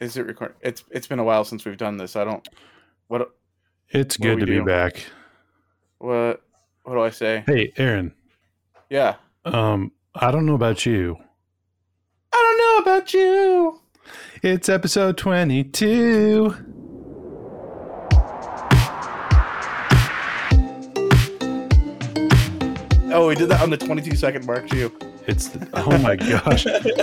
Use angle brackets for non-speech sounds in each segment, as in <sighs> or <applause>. Is it record? It's it's been a while since we've done this. I don't. What It's What do good we to be do? back. what what do I say? Hey, Aaron. Yeah. Um, I don't know about you. I don't know about you. It's episode 22. Oh, we did that on the 22 second mark too. <laughs> It's oh my gosh. Well,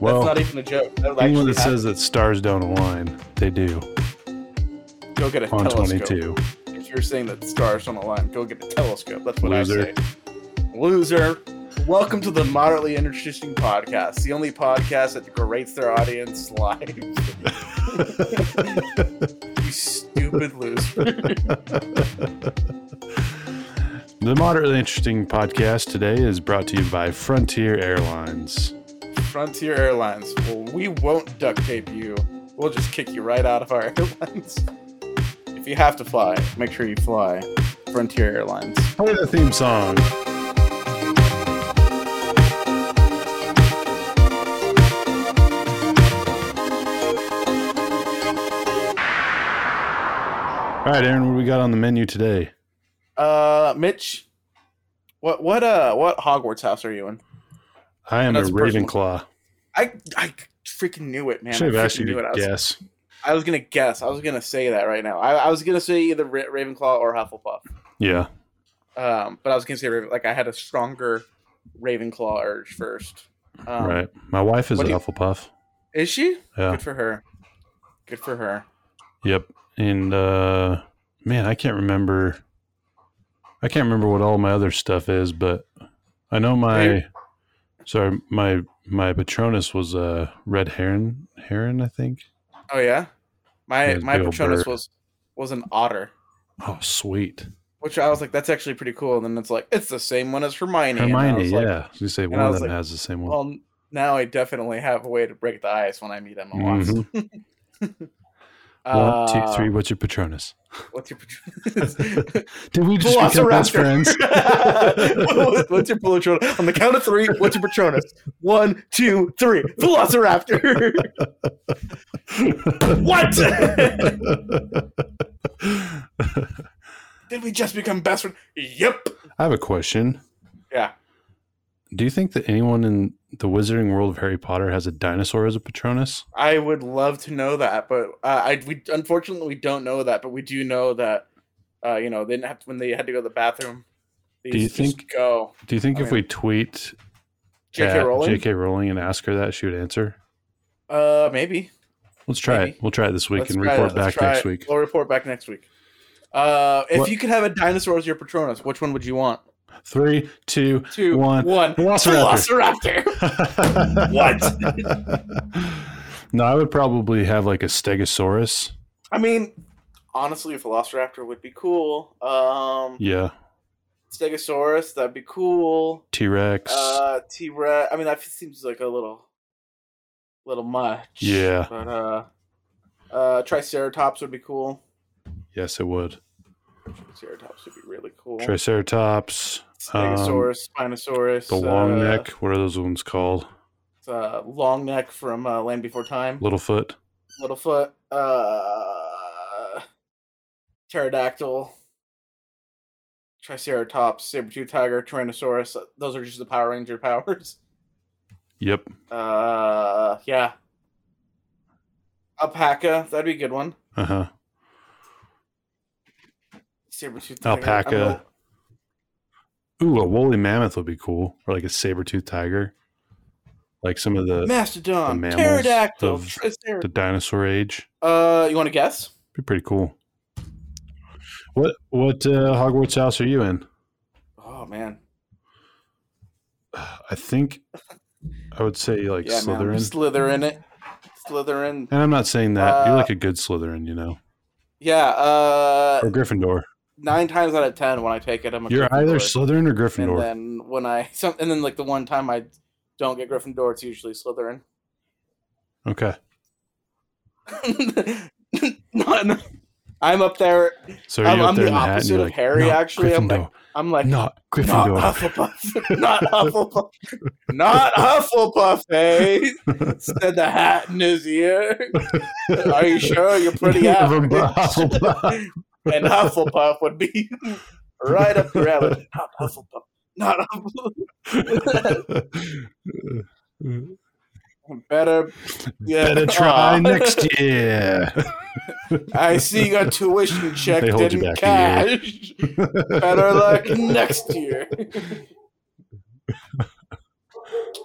That's not even a joke. That'll Anyone actually that says that stars don't align, they do happen. go get a on telescope. 22. If you're saying that stars on the line, go get a telescope. That's what Loser. I say. Loser. Welcome to the moderately interesting podcast, the only podcast that grates their audience <laughs> <laughs> live. you stupid loser. The moderately interesting podcast today is brought to you by Frontier Airlines. Frontier Airlines. Well, we won't duct tape you. We'll just kick you right out of our <laughs> airlines. If you have to fly, make sure you fly. Frontier Airlines. Play the theme song. All right, Aaron, what do we got on the menu today? Uh, Mitch, what what uh what Hogwarts house are you in? I am a That's personal. Ravenclaw. I I freaking knew it, man. I Should have asked freaking you knew it. to I was, guess. I was gonna guess. I was gonna say that right now. I, I was gonna say either Ra- Ravenclaw or Hufflepuff. Yeah. Um, but I was gonna say Raven. Like I had a stronger Ravenclaw urge first. Um, right. My wife is a what do you- Hufflepuff. Is she? Yeah. Good for her. Good for her. Yep. And uh man, I can't remember I can't remember what all my other stuff is, but I know my Hey. sorry, my my Patronus was uh red heron heron, I think. Oh yeah, my Yeah, my big ol' Patronus bird. was was an otter, Oh sweet. which I was like, that's actually pretty cool. And then it's like, it's the same one as Hermione. and I Hermione, was yeah. like, you say one I of was them like, oh, has the same one. Well, n- now I definitely have a way to break the ice when I meet Emma Watson. Mhm. One, two, Uh, three, what's your Patronus? What's your Patronus? <laughs> Did we just become best friends? What- what- what's your Patronus? On the count of three, what's your Patronus? One, two, three. <laughs> Velociraptor. what? <laughs> <laughs> Did we just become best friends? Yep. I have a question. Yeah. Do you think that anyone in the wizarding world of Harry Potter has a dinosaur as a Patronus? I would love to know that, but uh, I we unfortunately we don't know that, but we do know that uh, you know they didn't have to, when they had to go to the bathroom. They Do you used to just think- go? Do you think I if mean- we tweet J.K. at Rowling? J.K. Rowling and ask her that, she would answer? Uh, maybe. Let's try Maybe. it. We'll try it this week Let's and try it. report Let's back try next it. week. We'll report back next week. Uh, if What- you could have a dinosaur as your Patronus, which one would you want? Three, two. Two, One. one. Velociraptor. Velociraptor. what? <laughs> no, I would probably have like a Stegosaurus. <laughs> I mean, honestly, a Velociraptor would be cool. Um, Yeah. Stegosaurus, that'd be cool. T Rex. Uh, T Rex. I mean, that seems like a little, little much. Yeah. But uh, uh, Triceratops would be cool. yes, it would. Triceratops would be really cool. Triceratops. um, Stegosaurus, Spinosaurus, The long uh, neck. What are those ones called? uh, long neck from uh, Land Before Time, Littlefoot. Littlefoot, uh, Pterodactyl, Triceratops, Saber-tooth Tiger, Tyrannosaurus. uh, Those are just the Power Ranger <laughs> powers. Yep. Uh, yeah. Alpaca, that'd be a good one. Uh huh. Saber-tooth Tiger. I'm Alpaca. gonna- Ooh, a woolly mammoth would be cool, or like a saber-toothed tiger, like some of the Mastodon, mammals Pterodactyl, of Triceratops. the dinosaur age. Uh, you want to guess? Be pretty cool. What what uh, Hogwarts house are you in? Oh man, I think I would say like yeah, man. Slytherin, Slytherin it, Slytherin. and I'm not saying that. You're Uh, like a good Slytherin, you know, Yeah, uh, or Gryffindor. nine times out of ten when I take it, I'm a You're either Gryffindor. Slytherin or and Gryffindor. then when I <laughs> some, and then like the one time I don't get Gryffindor, it's usually Slytherin. <laughs> uh, Okay. no, no. I'm up there. So are you I'm- up I'm there the in the hat and opposite you're of like, Harry, "Not actually, I'm like- Gryffindor, I'm like, not <laughs> not Gryffindor. Hufflepuff, <laughs> not Hufflepuff, not Hufflepuff. Hey, <laughs> said the hat in his ear. Are you sure you're <laughs> pretty You're average? from Hufflepuff. and Hufflepuff would be right up your <laughs> alley. Not Hufflepuff, not Hufflepuff. <laughs> <laughs> Better, yeah. <laughs> Better try Aw. next year. I see your tuition check They hold you didn't back a cash. Better <laughs> luck next year.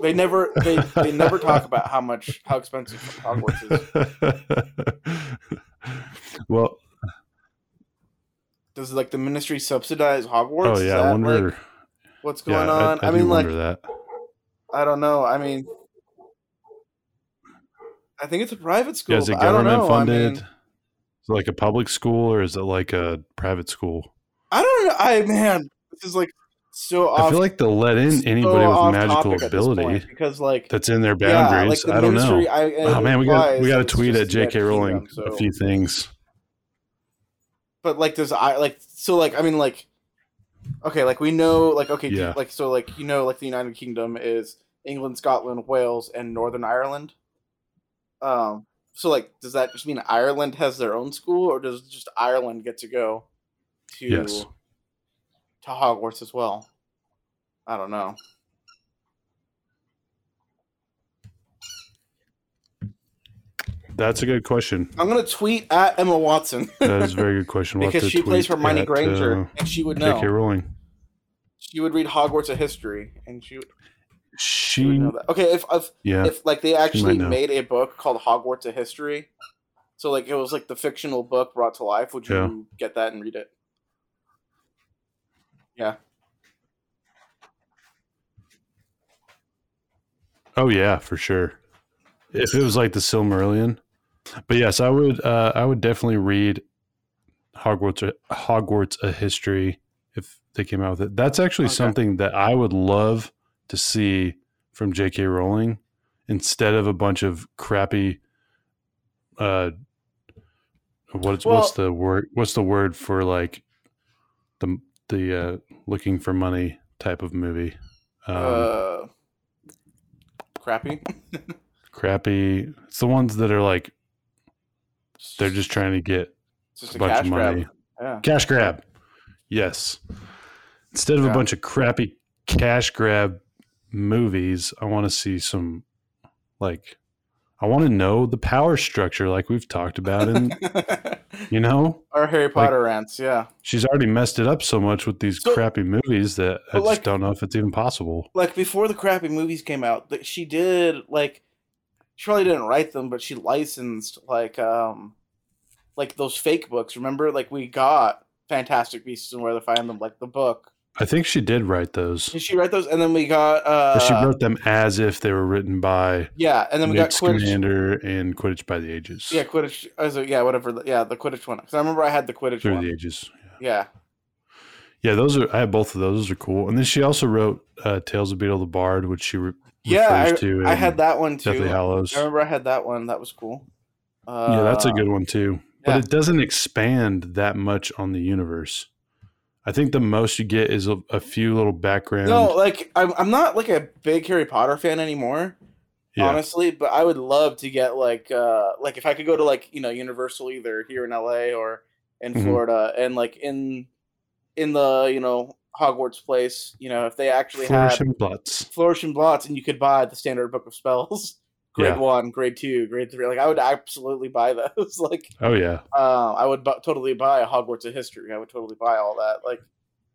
they never they, they never talk about how much how expensive Hogwarts is. well, Does like the ministry subsidize Hogwarts? oh Is yeah, that, I wonder. like, what's yeah, going on. I, I, I, do mean, like wonder that. I don't know. I mean, I think it's a private school. Yeah, is it but I don't government know. I, funded? mean, is it like a public school or is it like a private school? I don't know. I man, this is like so off. I feel like they'll let in so anybody off with topic magical at this point, ability because like that's in their yeah, boundaries. like the I don't ministry, know. I, Oh man, we got we got to to tweet at J.K. Rowling a few things. but like there's I like so like I mean like okay like we know like okay Yeah. like so like you know like the United Kingdom is England, Scotland, Wales, and Northern Ireland. Um. So like, does that just mean Ireland has their own school, or does just Ireland get to go to Yes. to Hogwarts as well? I don't know. That's a good question. I'm gonna tweet at Emma Watson That is a very good question. We'll have because to she plays tweet Hermione at, Granger, uh, and she would J.K. know. Rowling. She would read Hogwarts: A History, and she, she would She, know that. Okay, if if yeah, if like they actually know. made a book called Hogwarts: A History, so like it was like the fictional book brought to life, would you Yeah. get that and read it? oh yeah, for sure. If it was like the Silmarillion, but yes, I would. Uh, I would definitely read Hogwarts. Hogwarts: A History if they came out with it. That's actually Okay. something that I would love to see from J.K. Rowling instead of a bunch of crappy. Uh, what's Well- what's the word? What's the word for like the the uh, looking for money type of movie? Um, uh, crappy. crappy. It's the ones that are like they're just trying to get It's just a a bunch cash of money. grab. Yeah. Cash grab. Yes. Instead of Yeah. a bunch of crappy cash grab movies, I want to see some like I want to know the power structure like we've talked <laughs> about and you know, or Harry Potter rants. Yeah. she's already messed it up so much with these So- crappy movies that But, I just like- don't know if it's even possible. Like before the crappy movies came out, that she did like she probably didn't write them, but she licensed like um like those fake books. Remember, like we got Fantastic Beasts and Where to Find Them, like the book. I think she did write those. Did she write those? And then we got uh but she wrote them as if they were written by yeah, and then we Newt got Quidditch. Scamander and Quidditch by the Ages. Yeah, Quidditch. uh, so, yeah, whatever. the- Yeah, the Quidditch one. Because I remember I had the Quidditch through one. the ages. yeah. Yeah, those are. I have both of those. Those are cool. And then she also wrote uh, "Tales of Beetle the Bard," which she re- Yeah, refers to. I in had that one too. Deathly Hallows. I remember I had that one. That was cool. Uh, yeah, that's a good one too. But yeah. it doesn't expand that much on the universe. I think the most you get is a, a few little background. No, like I'm, I'm not like a big Harry Potter fan anymore, yeah, honestly. But I would love to get like, uh like if I could go to like you know Universal either here in LA or in Mhm. Florida, and like in in the you know Hogwarts place, you know if they actually had flourishing plots. Flourish and Blots, and you could buy the standard book of spells, <laughs> grade Yeah. one, grade two, grade three. Like I would absolutely buy those. <laughs> like Oh yeah, uh, I would bu- totally buy Hogwarts of History. I would totally buy all that. Like,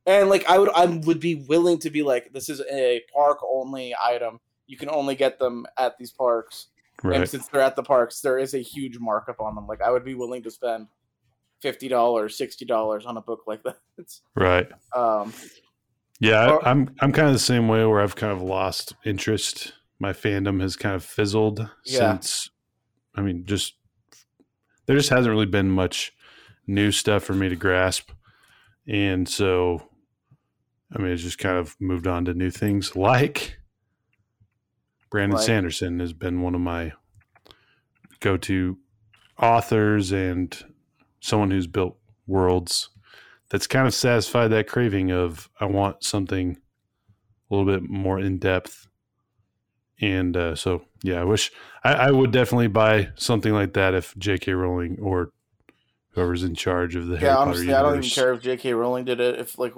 and like I would, I would be willing to be like, this is a park only item. You can only get them at these parks, and right. since they're at the parks, there is a huge markup on them. Like, I would be willing to spend fifty dollars, sixty dollars on a book like <laughs> that. Right. Um, Yeah, Or- I, I'm I'm kind of the same way where I've kind of lost interest. My fandom has kind of fizzled Yeah. since. I mean, just there just hasn't really been much new stuff for me to grasp, and so I mean, it's just kind of moved on to new things. <laughs> Like Brandon Like- Sanderson has been one of my go-to authors and someone who's built worlds that's kind of satisfied that craving of I want something a little bit more in depth. And uh, so, yeah, I wish I, I would definitely buy something like that if J.K. Rowling or whoever's in charge of the Harry yeah, Potter honestly, I universe. don't even care if J.K. Rowling did it. If like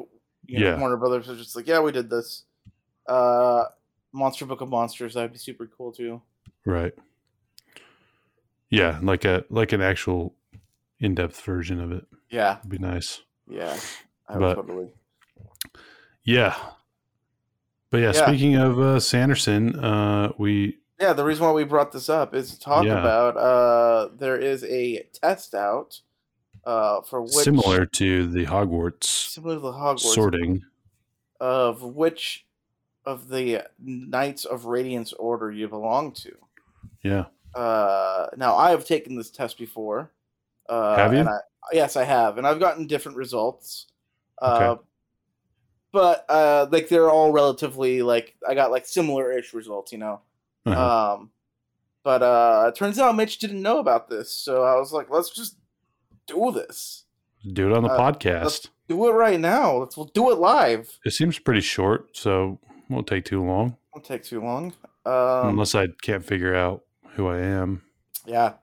you know, Yeah. Warner Brothers was just like, yeah, we did this. Uh, Monster Book of Monsters that'd be super cool too. Right. Yeah, like a like an actual in-depth version of it Yeah, would be nice. yeah, I But- would totally. Yeah. But yeah, Yeah. speaking of uh, Sanderson, uh, we Yeah, the reason why we brought this up is to talk Yeah. about uh, there is a test out uh, for which similar to the Hogwarts, similar to the Hogwarts sorting. of which of the Knights of Radiance order you belong to. Yeah, Uh, now I have taken this test before. Uh, Have you? And I, yes, I have, and I've gotten different results. Uh, But uh, like they're all relatively like I got like similar-ish results, you know. Uh-huh. Um, but uh, it turns out Mitch didn't know about this, so I was like, let's just do this. do it on the uh, podcast. Do it right now. Let's we'll do it live. It seems pretty short, so won't take too long Won't take too long. Um, unless I can't figure out who I am. yeah.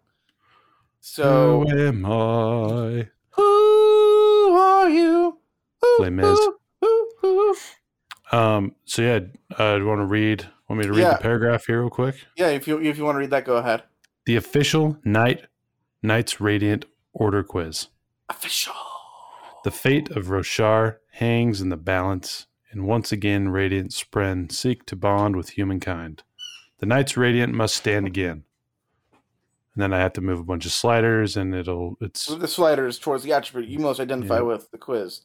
So who am I? Who are you? Who, Les Mis. who, who, who? Um, so yeah, uh, do you want to read? Want me to read Yeah. the paragraph here real quick? Yeah, if you if you want to read that, go ahead. The official Knight Knights Radiant Order quiz. Official. The fate of Roshar hangs in the balance, and once again, Radiant Spren seek to bond with humankind. The Knights Radiant must stand again. And then I have to move a bunch of sliders, and it'll. It's So the slider is towards the attribute you most identify Yeah. with the quiz.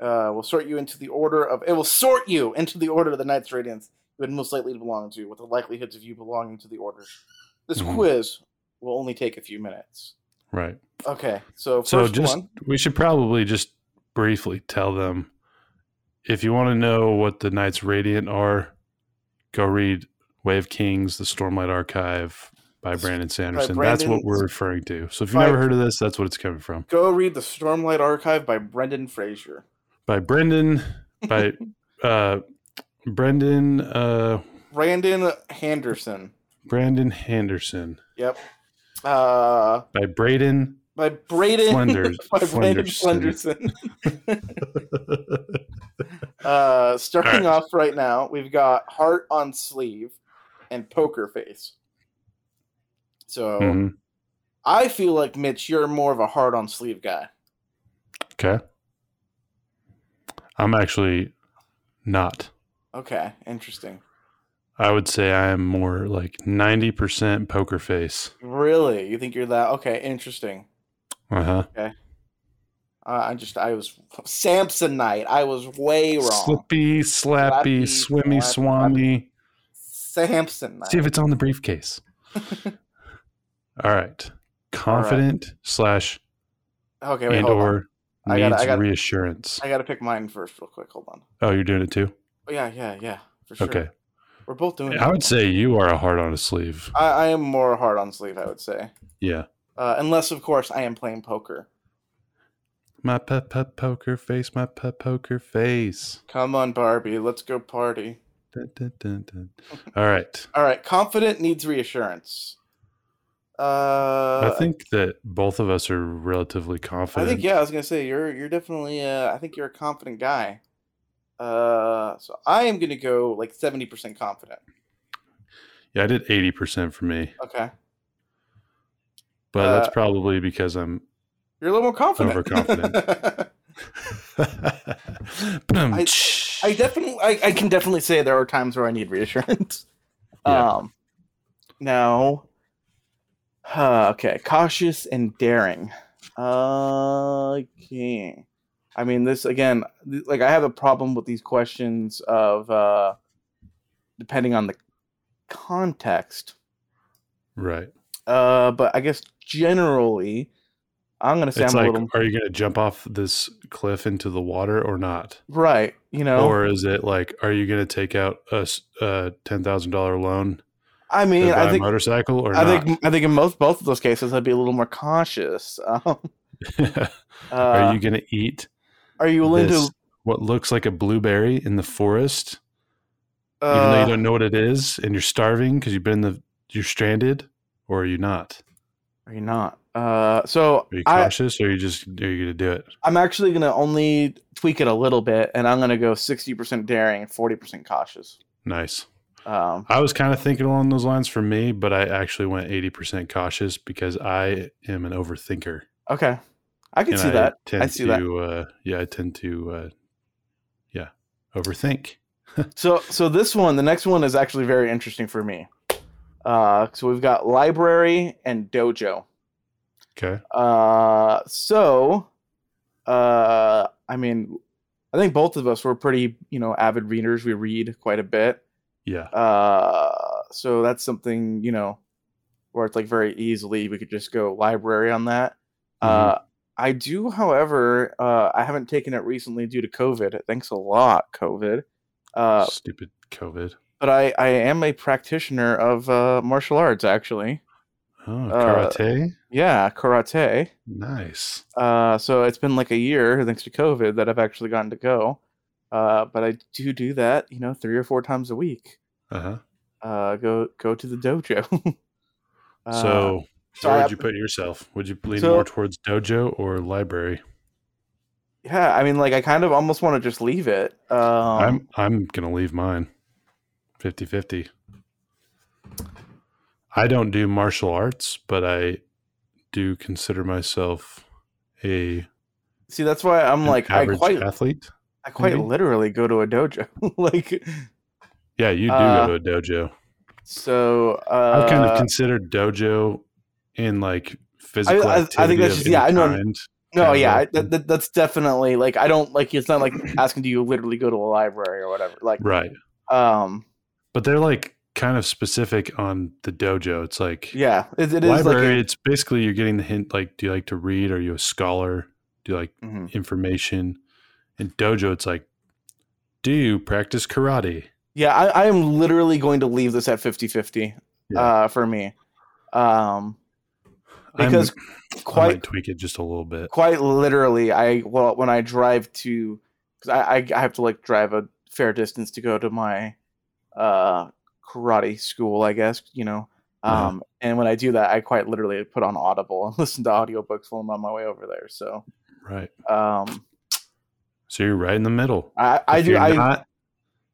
Uh, will sort you into the order of it will sort you into the order of the Knights Radiance you would most likely to belong to, with the likelihoods of you belonging to the order. This Mhm. quiz will only take a few minutes. right. Okay, so first So just one. we should probably just briefly tell them if you want to know what the Knights Radiant are, go read Way of Kings, the Stormlight Archive by Brandon Sanderson. that's what Brandon- we're referring to. So if you've by- never heard of this, that's what it's coming from. Go read the Stormlight Archive by Brendan Fraser. by Brendan by uh Brendan uh Brandon Henderson. Brandon Henderson Yep. Uh, by Braden by Braden Flenders <laughs> by Braden Flenderson. Flenderson. <laughs> uh, starting Alright. off right now, we've got heart on sleeve and poker face. So Mhm. I feel like Mitch, you're more of a heart on sleeve guy. Okay. I'm actually not. Okay, interesting. I would say I am more like 90% poker face. Really, you think you're that? Okay, interesting. Uh-huh. Uh, I just I was Samsonite. I was way wrong. Slippy, slappy, Slappy, swimmy, slappy. swami. Samsonite. See if it's on <laughs> the briefcase. All right. Confident slash okay, wait, and hold on. or I gotta- needs I gotta- reassurance. I gotta pick mine first, real quick. Hold on. oh, you're doing it too? Oh, yeah, yeah, yeah, for sure. Okay. We're both doing. I it. would say you are a heart on a sleeve. I, I am more hard on sleeve, I would say, Yeah. uh, unless of course I am playing poker. My pet pet poker face, my pet poker face. Come on, Barbie, let's go party. Dun, dun, dun, dun. All right. All right, confident needs reassurance. Uh, I think that both of us are relatively I confident. think yeah. I was gonna say you're you're definitely. Uh, I think you're a confident guy. Uh, so I am gonna go like seventy percent confident. Yeah, I did 80% for me, Okay, but that's Uh, probably because I'm. <laughs> you're a little more confident. <laughs> Overconfident. I, I definitely, I, I can definitely say there are times where I need reassurance. <laughs> Yeah. Um, now, huh, okay, cautious and daring. Okay, I mean this again. th- Like I have a problem with these questions of uh, depending on the context. right. Uh, but I guess generally, I'm gonna say It's I'm like, a little are you going to jump off this cliff into the water or not? right. You know, Or is it like, are you going to take out a s- a $10,000 loan I to mean, buy I think a motorcycle or I not? think I think in most both of those cases I'd be a little more cautious. <laughs> Um, Uh, <laughs> Are you going to eat willing this, to? what looks like a blueberry in the forest, even though Uh, you don't know what it is, and you're starving because you've been the you're stranded, or are you not? Are you not? Uh, so Are you I, cautious, or are you just are you going to do it? I'm actually gonna only tweak it a little bit, and I'm gonna go 60% daring and 40% cautious. Nice. Um, I was kind of thinking along those lines for me, but I actually went eighty percent cautious because I am an overthinker. okay, I can and see I that. Tend I see to, that. Uh, yeah, I tend to, uh, yeah, overthink. So, so this one, the next one is actually very interesting for me. Uh, so we've got library and dojo. Okay. Uh, so, uh, I mean, I think both of us were pretty, you know, avid readers. We read quite a bit. Yeah. Uh, so that's something you know where it's like very easily we could just go library on that uh i do however uh i haven't taken it recently due to covid thanks a lot covid uh Stupid COVID. but i i am a practitioner of uh martial arts actually Oh, uh, karate. yeah karate Nice. uh so it's been like a year thanks to covid that i've actually gotten to go uh but i do do that you know three or four times a week Uh huh. uh go go to the dojo <laughs> Uh, so, so where I- would you put yourself? Would you lean So- more towards dojo or library? yeah i mean like i kind of almost want to just leave it um I'm I'm gonna leave mine 50-50. I don't do martial arts, but I do consider myself a see that's why i'm an like i average Mm-hmm. quite athlete. i quite maybe? literally go to a dojo <laughs> like Yeah, you do Uh, go to a dojo. so uh I've kind of considered dojo in like physical I- I activity. think that's of just- yeah, any I know- kind. no kind of yeah a- I- that, that, that's definitely like i don't like it's not like asking do you literally go to a library or whatever like Right. um But they're like kind of specific on the dojo. It's like yeah it, it is library, like it's basically you're getting the hint like, do you like to read? Are you a scholar? Do you like a, Mhm. information? And dojo, it's like, do you practice karate? yeah I, I am literally going to leave this at 50 50 Yeah. uh for me um I'm- because I quite might tweak it just a little bit. quite literally i well when i drive to because I, I i have to like drive a fair distance to go to my uh karate school i guess you know Uh-huh. um and when i do that i quite literally put on audible and <laughs> listen to audiobooks while i'm on my way over there so Right. um So you're right in the middle. i i If do you're i not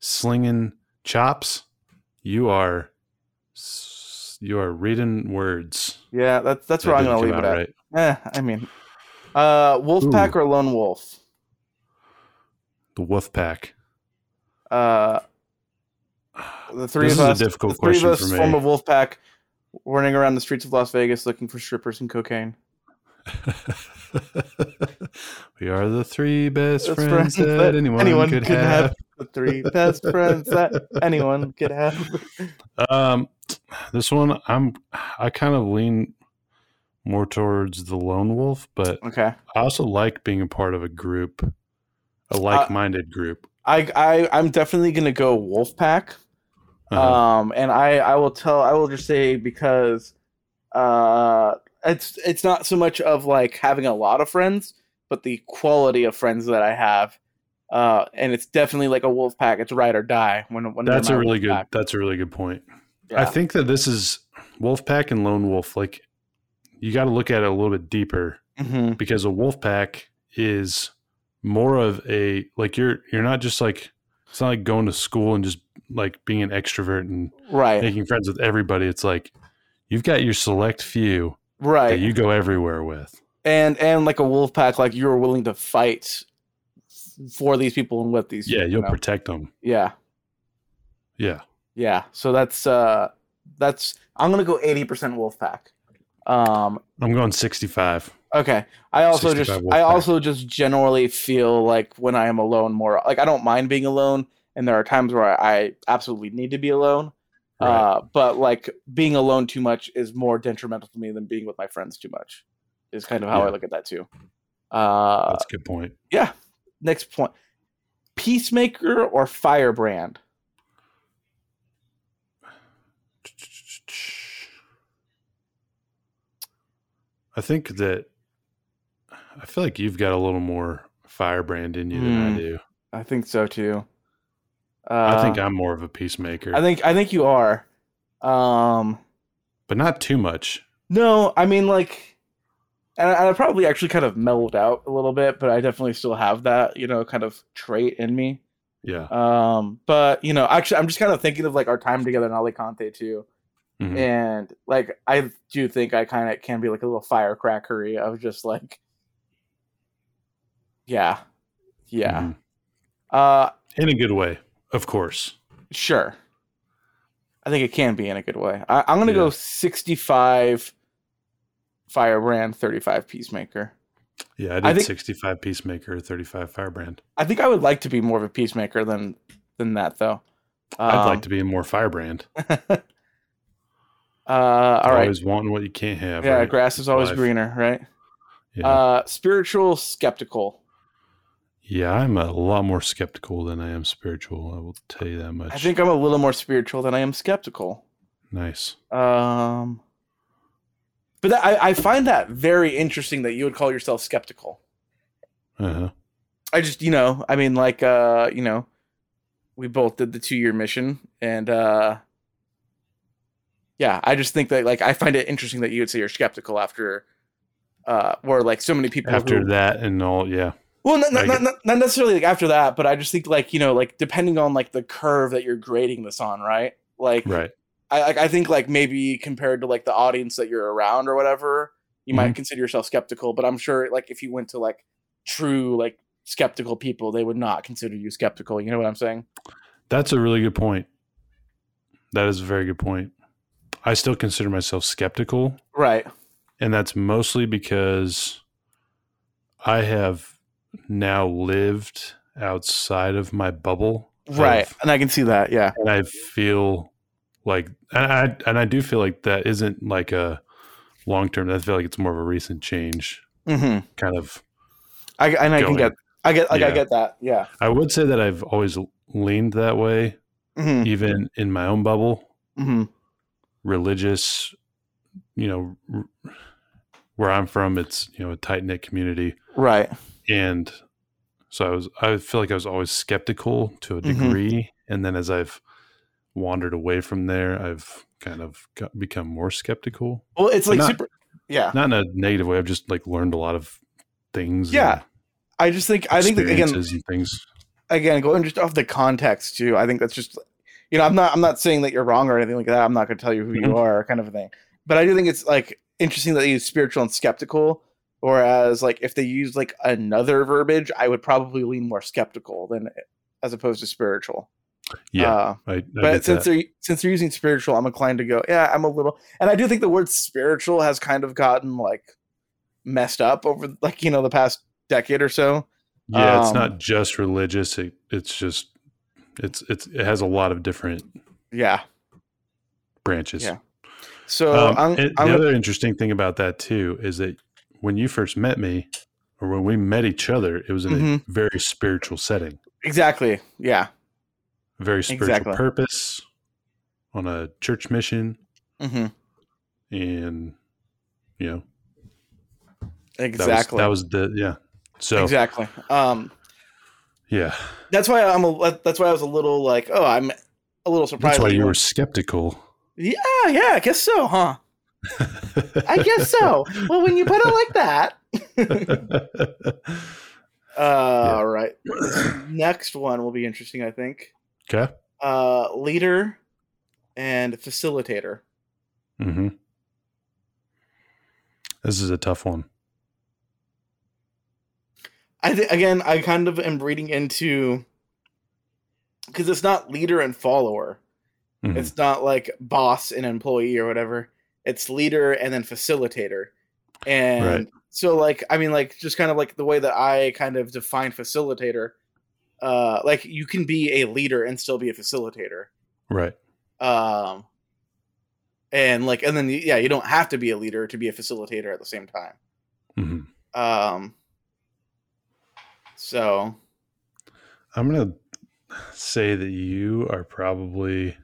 slinging chops. You are s- you are reading words. yeah that's that's where That i'm didn't gonna leave come it out at right. eh, i mean uh wolfpack or lone wolf The wolf pack. <laughs> uh the three This of is a us difficult the three of question us for me. form a wolf pack running around the streets of las vegas looking for strippers and cocaine we are the three best Best friends, friends <laughs> that, that anyone, could, have. the three best friends that anyone could have. Um, this one, I'm I kind of lean more towards the lone wolf, but Okay, I also like being a part of a group, a Uh, like-minded group. I I I'm definitely gonna go wolf pack. Uh-huh. Um, and I I will tell I will just say because, uh, it's it's not so much of like having a lot of friends, but the quality of friends that I have. Uh, and it's definitely like a wolf pack. It's ride or die. When, when that's I'm a at really wolf good. pack. That's a really good point. I Yeah. think that this is Wolfpack and Lone Wolf. Like, you got to look at it a little bit deeper Mhm. because a Wolfpack is more of a like you're you're not just like it's not like going to school and just like being an extrovert and Right. making friends with everybody. It's like you've got your select few right. that you go everywhere with. and and like a wolf pack, like you were willing to fight f- for these people and with these. Yeah, people, you'll know? protect them. yeah, Yeah, yeah. So that's uh, that's I'm gonna go eighty percent wolf pack. Um, I'm going 65. okay. I also just 65 wolf I pack. also just generally feel like when I am alone more, like I don't mind being alone, and there are times where I, I absolutely need to be alone. Right. Uh, but like being alone too much is more detrimental to me than being with my friends too much. Is kind of how I Yeah. look at that too. Uh, That's a good point. next point peacemaker or firebrand I think that I feel like you've got a little more firebrand in you than Hmm. I do. I think so too. Uh, I think I'm more of a peacemaker, I think I think you are. Um, but not too much. no, I mean like, and I, I probably actually kind of mellowed out a little bit, but I definitely still have that you know kind of trait in me. Yeah. Um, but you know, actually, I'm just kind of thinking of like our time together in Alicante too, Mhm. and like I do think I kind of can be like a little firecrackery of just like, yeah, yeah, Mhm. uh, In a good way, of course. sure. I think it can be in a good way. I, I'm gonna go Yeah. 65 Firebrand, 35 Peacemaker. Yeah, I did I think- 65 peacemaker, 35 firebrand. I think I would like to be more of a peacemaker than than that though. Um, I'd like to be more firebrand. to. uh, all right. Always wanting what you can't have. Yeah, right? grass is always Life. greener, right? yeah. Uh, spiritual skeptical. yeah, I'm a lot more skeptical than I am spiritual. I will tell you that much. I think I'm a little more spiritual than I am skeptical. nice. Um, but that, I, I find that very interesting that you would call yourself skeptical. Uh-huh. I just, you know, I mean, like, uh, you know, we both did the two year mission, and uh, yeah, I just think that, like, I find it interesting that you would say you're skeptical after, uh, where like so many people After who- that and all, yeah. Well, not, not, I not, get- not not necessarily like after that, but I just think like you know, like depending on like the curve that you're grading this on, right? Like, Right. I like I think like maybe compared to like the audience that you're around or whatever, you Mm-hmm. might consider yourself skeptical. But I'm sure like if you went to like true like skeptical people, they would not consider you skeptical. You know what I'm saying? That's a really good point. That is a very good point. I still consider myself skeptical, Right. and that's mostly because I have now lived outside of my bubble. of- Right. And I can see that. Yeah. and I feel like and I and I do feel like that isn't like a long term. I feel like it's more of a recent change, Mm-hmm. kind of. I and I can Going. get. I get. Like, I Yeah. get that. Yeah. I would say that I've always leaned that way, Mm-hmm. even in my own bubble, Mm-hmm. religious. You know, r- where I'm from, it's you know a tight knit community, Right. and so I was. I feel like I was always skeptical to a Mhm. degree, and then as I've wandered away from there, I've kind of got, become more skeptical. Well, it's But like not- super. Yeah. not in a negative way. I've just like learned a lot of things. Yeah, I just think. and I think that again. experiences and things. again going just off the context too i think that's just you know i'm not i'm not saying that you're wrong or anything like that i'm not going to tell you who you Mhm. are kind of a thing but i do think it's like interesting that they use spiritual and skeptical whereas like if they use like another verbiage i would probably lean more skeptical than as opposed to spiritual Yeah, uh, I, I but get since that. they're since they're using spiritual i'm inclined to go yeah i'm a little and i do think the word spiritual has kind of gotten like messed up over like you know the past decade or so yeah, it's um, not just religious. It, it's just it's it's it has a lot of different yeah branches. Yeah. so Um, i'm, I'm and the gonna- other interesting thing about that too is that when you first met me, or when we met each other, it was in Mhm. a very spiritual setting, Exactly. Yeah. very spiritual Exactly. purpose, on a church mission, hmm and you know that Exactly. was that was the yeah. So exactly. Um, yeah, that's why I'm. A, that's why I was a little like, oh, I'm a little surprised. That's why that you were skeptical. Yeah, yeah. I guess so, huh? I guess <laughs> so. well, when you put it like that. Uh, All right. Next one will be interesting, I think. okay. Uh, leader and facilitator. hmm This is a tough one. I think again, I kind of am reading into because it's not leader and follower. Mhm. It's not like boss and employee or whatever. It's leader and then facilitator. And so like I mean like just kind of like the way that I kind of define facilitator uh like you can be a leader and still be a facilitator. Right. Um and like and then yeah, you don't have to be a leader to be a facilitator at the same time. hmm Um so I'm gonna say that you are probably.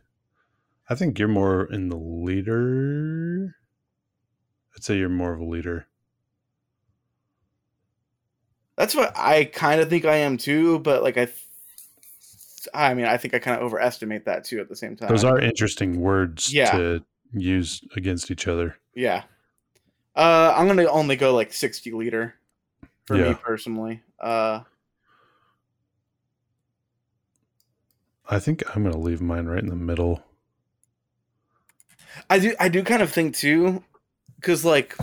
I think you're more in the leader. I'd say you're more of a leader. That's what I kind of think I am too, but like I, th- I mean, I think I kind of overestimate that too at the same time. Those are interesting words Yeah. to use against each other. yeah. Uh, I'm gonna only go like 60 liter for me Yeah. personally. Uh, I think I'm going to leave mine right in the middle. I do I do kind of think too, because like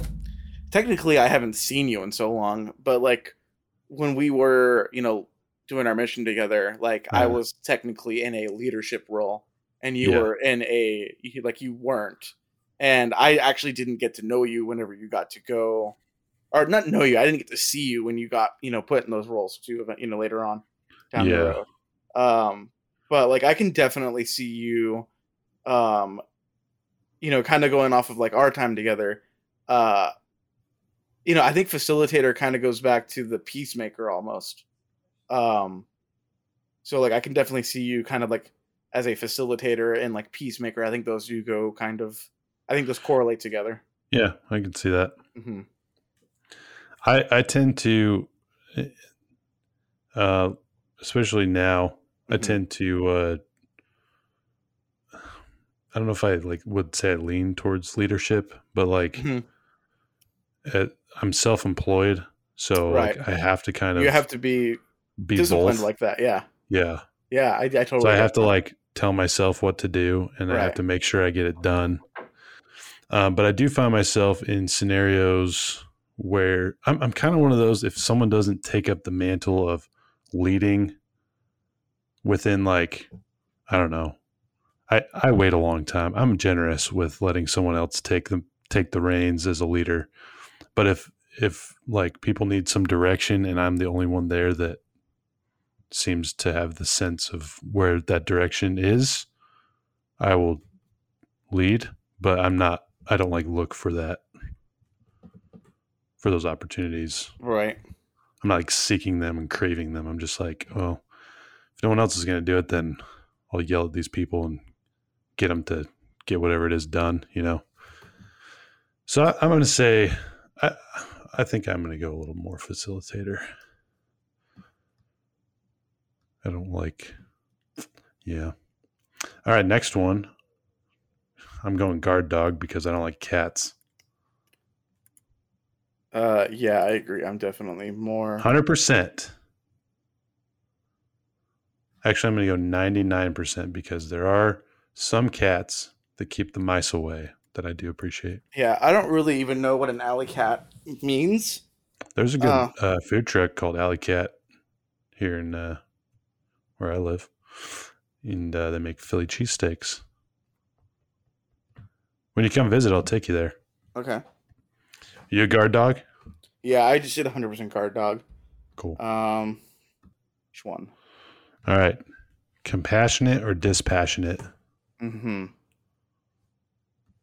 technically I haven't seen you in so long, but like when we were you know doing our mission together, like I Yeah. was technically in a leadership role, and you Yeah. were in a you- like you weren't, and I actually didn't get to know you whenever you got to go, or not know you. I didn't get to see you when you got you know put in those roles too, you know later on down Yeah. the road. Um, but like I can definitely see you, um, you know, kind of going off of like our time together. Uh, you know, I think facilitator kind of goes back to the peacemaker almost. Um, so like I can definitely see you kind of like as a facilitator and like peacemaker. I think those do go kind of. I think those correlate together. Yeah, I can see that. hmm I I tend to, uh, especially now, I Mhm. tend to. Uh, I don't know if I like would say I lean towards leadership, but like Mhm. Mm-hmm. uh, I'm self-employed, so like, I have to kind of You have to be be disciplined both. like that. Yeah, yeah, yeah. I, I totally. so I get have to that. like tell myself what to do, and I have Right. to make sure I get it done. Um, but I do find myself in scenarios where I'm, I'm kind of one of those. If someone doesn't take up the mantle of leading within, like, I don't know, I I wait a long time. I'm generous with letting someone else take them take the reins as a leader. But if if like people need some direction and I'm the only one there that seems to have the sense of where that direction is, I will lead, but I'm not I don't like look for that for those opportunities. right. I'm not like seeking them and craving them. I'm just like, well, if no one else is going to do it, then I'll yell at these people and get them to get whatever it is done, you know? So I, I'm going to say, I, I think I'm going to go a little more facilitator. I don't like, yeah. All right, next one. I'm going guard dog because I don't like cats. Uh, yeah, I agree. I'm definitely more. Hundred percent. Actually, I'm going to go ninety-nine percent because there are some cats that keep the mice away that I do appreciate. Yeah, I don't really even know what an alley cat means. There's a good Oh. uh, food truck called Alley Cat here in uh, where I live, and uh, they make Philly cheesesteaks. When you come visit, I'll take you there. Okay. You a guard dog? Yeah, I just did 100% guard dog. Cool. Um, which one? All right. Compassionate or dispassionate? Mm-hmm.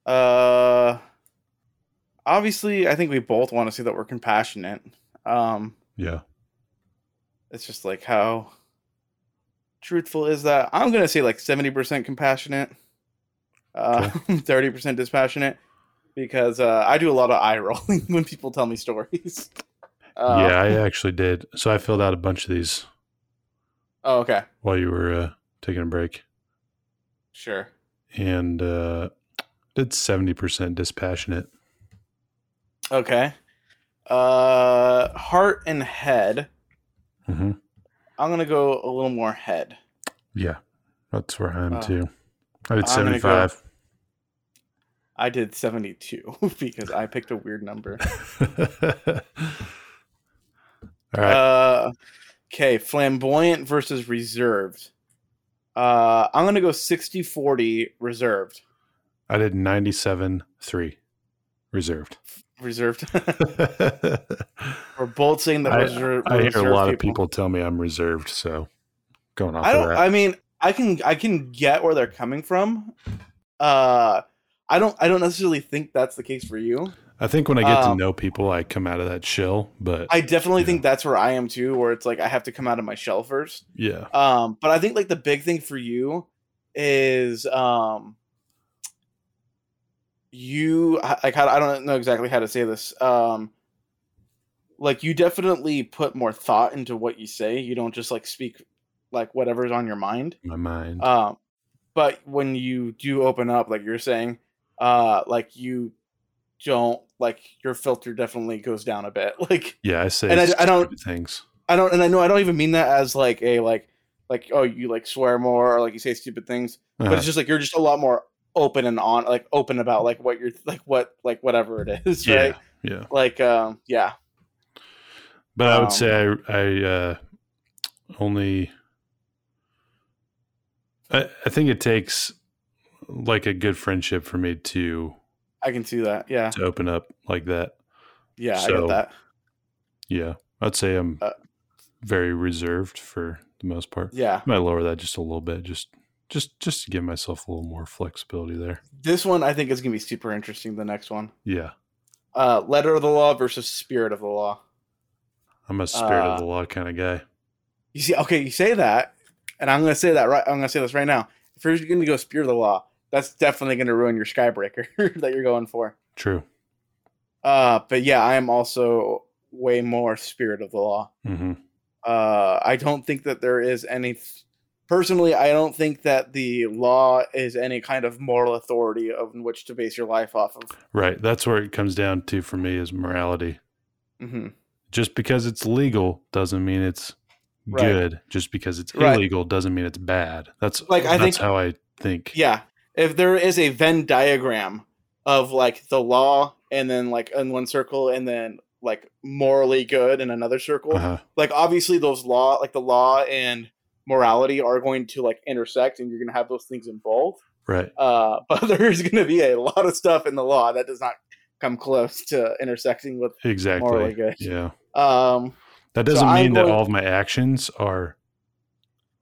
Uh, obviously, I think we both want to see that we're compassionate. Um, Yeah. it's just like how truthful is that? I'm gonna say like 70% compassionate, uh, <laughs> 30% dispassionate, because uh, I do a lot of eye <laughs> rolling when people tell me stories. Uh, yeah, I actually did. So I filled out a bunch of these Oh, okay. while you were uh, taking a break Sure. and uh, did 70% dispassionate. Okay. Uh, heart and head. Mm-hmm. I'm gonna go a little more head. Yeah, that's where I am Uh, too. I I'm gonna did 75. I did 72 <laughs> because I picked a weird number. All right. Uh, okay, flamboyant versus reserved. Uh, I'm gonna go 60 40 reserved. <laughs> I did 97 3 <laughs> reserved. Reserved. I, We're both saying that I- reser- hear reserved a lot of people tell me I'm reserved. So going off I of don't. that. I mean, I can I can get where they're coming from. Uh, I don't. I don't necessarily think that's the case for you. I think when I get um, to know people, I come out of that shell. But I definitely Yeah. think that's where I am too, where it's like I have to come out of my shell first. yeah. Um, but I think like the big thing for you is um, you I- like how, I don't know exactly how to say this. Um, like you definitely put more thought into what you say. You don't just like speak like whatever's on your mind. my mind. Um, but when you do open up, like you're saying, uh, like you don't like your filter definitely goes down a bit. <laughs> Like yeah, I say and I- I don't- stupid things. I don't, and I know I don't even mean that as like a like like oh you like swear more or like you say stupid things, but Uh-huh. it's just like you're just a lot more open and on like open about like what you're like what like whatever it <laughs> is, yeah, right? yeah. Like um, yeah, But I Um, would say I, I uh, only. I, I think it takes like a good friendship for me to I can see that. Yeah, to open up like that. yeah, I So- get that. Yeah, I'd say I'm Uh, very reserved for the most part. Yeah, I might lower that just a little bit, just just just to give myself a little more flexibility there. this one I think is gonna be super interesting. The next one, Yeah, uh, letter of the law versus spirit of the law. I'm a spirit Uh, of the law kind of guy. You see, okay, you say that, and I'm gonna say that right. I'm gonna say this right now. If you're gonna go spirit of the law, that's definitely gonna ruin your skybreaker <laughs> that you're going for. True. Uh, but yeah, I am also way more spirit of the law. hmm Uh, I don't think that there is any. Personally, I don't think that the law is any kind of moral authority of which to base your life off of. Right. That's where it comes down to for me is morality. hmm Just because it's legal doesn't mean it's Right. good. Just because it's Right. illegal doesn't mean it's bad. That's Like, I think- that's how I think. Yeah, if there is a Venn diagram of like the law and then like in one circle and then like morally good in another circle, Uh-huh. like obviously those law like the law and morality are going to like intersect and you're going to have those things involved. Right. Uh, <laughs> but there's going to be a lot of stuff in the law that does not come close to intersecting with. Exactly. good. Yeah. Um, That doesn't I'm mean that going- all of my actions are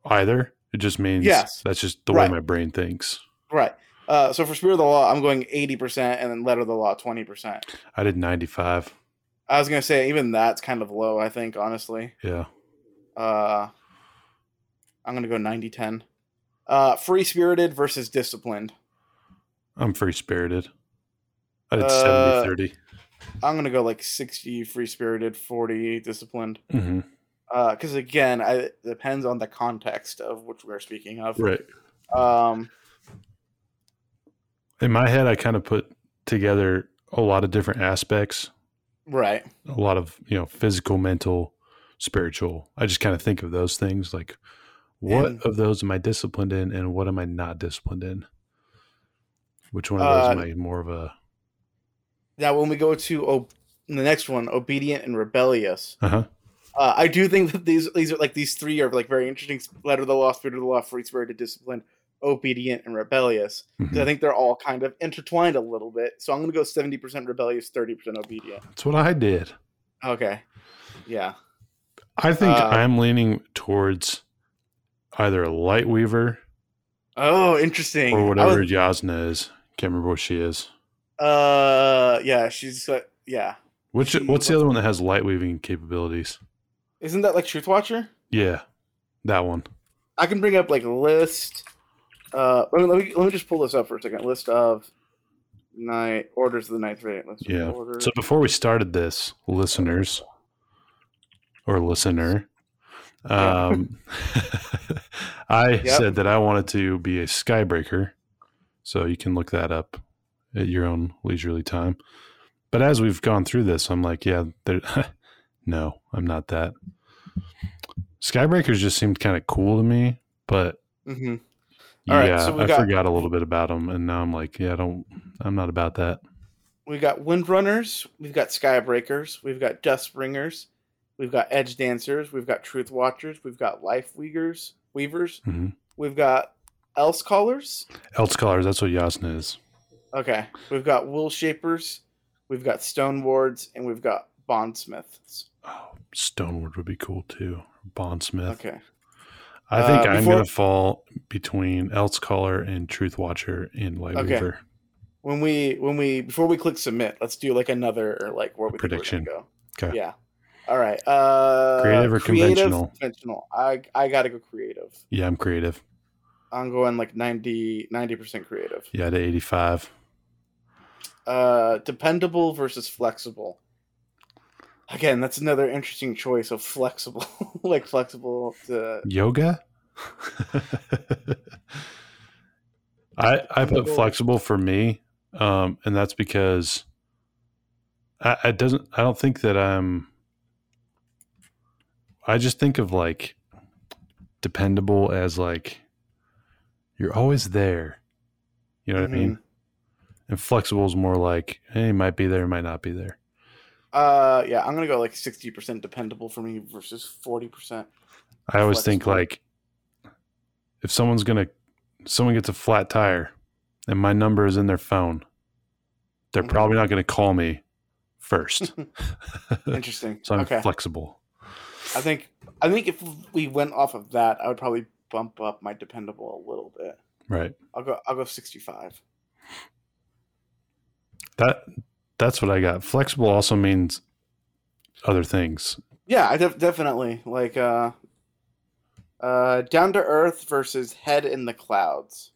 either. It just means Yes. that's just the Right. way my brain thinks. right. Uh, so for spirit of the law, I'm going 80% and then letter of the law 20%. I did 95. I was going to say even that's kind of low, I think, honestly. Yeah. Uh, I'm going to go 90 10. Uh, free spirited versus disciplined. I'm free spirited. I did Uh, 70 I'm going to go like 60 free spirited, 40 disciplined. 30. hmm Because again, I, it depends on the context of which we're speaking of. Right. Um, In my head, I kind of put together a lot of different aspects, right. a lot of, you know, physical, mental, spiritual. I just kind of think of those things like, what And- of those am I disciplined in and what am I not disciplined in? Which one of those Uh, am I more of a, Now, when we go to ob- the next one, obedient and rebellious, uh huh. uh, I do think that these these are like these three are like very interesting. Letter of the law, spirit of the law, free spirited, discipline, obedient, and rebellious. mm-hmm, 'Cause Hmm. I think they're all kind of intertwined a little bit. So I'm gonna go seventy percent rebellious, thirty percent obedient. That's what I did. Okay, yeah, I think Uh, I'm leaning towards either a light weaver Oh, interesting. or I whatever was- Yasna is. Can't remember what she is. uh, yeah, she's uh, yeah. Which She- what's the other one that has light weaving capabilities? Isn't that like Truth Watcher? Yeah, that one. I can bring up like a list. Uh, let me, let me let me just pull this up for a second. List of night orders of the ninth rate. Let's Yeah. Order. So before we started this, listeners or listener, Yeah. um, <laughs> I Yep. said that I wanted to be a skybreaker, so you can look that up at your own leisurely time. But as we've gone through this, I'm like, yeah, there, <laughs> no, I'm not that. Skybreakers just seemed kind of cool to me, but hmm All right, yeah, so we I got- forgot a little bit about them, and now I'm like, yeah, I don't, I'm not about that. We've got Windrunners, we've got Skybreakers, we've got Dustbringers, we've got Edge Dancers, we've got Truth Watchers, we've got Life Weavers, Weavers, Mhm. we've got Else Callers. Else colors, that's what Yasna is. Okay, we've got Wool Shapers, we've got Stone Wards, and we've got Bondsmiths. Oh, Stoneward would be cool too. Bondsmith. Okay, I think Uh, I'm before- gonna fall between Else Caller and Truth Watcher and Okay. Lightweaver. when we when we before we click submit, let's do like another like where we think we're gonna Prediction. go. 'Kay. Yeah. All right. Uh, Creative or conventional? Conventional. I I gotta go creative. Yeah, I'm creative. I'm going like 90 percent creative. Yeah, to 85. Uh, dependable versus flexible. Again, that's another interesting choice of flexible, <laughs> like flexible to Yoga? I I put flexible for me, um, and that's because I, I doesn't I don't think that I'm. I just think of like dependable as like you're always there. You know what I mean? And flexible is more like, hey, might be there, might not be there. Uh, yeah, I'm gonna go like sixty percent dependable for me versus forty percent. I always think Flexible. like if someone's gonna someone gets a flat tire and my number is in their phone, they're Mhm. probably not gonna call me <laughs> first. Interesting. so I'm okay, flexible. I think I think if we went off of that, I would probably bump up my dependable a little bit. Right. I'll go. I'll go sixty-five. That that's what I got. Flexible also means other things. Yeah, I def- definitely like uh, uh, down to earth versus head in the clouds.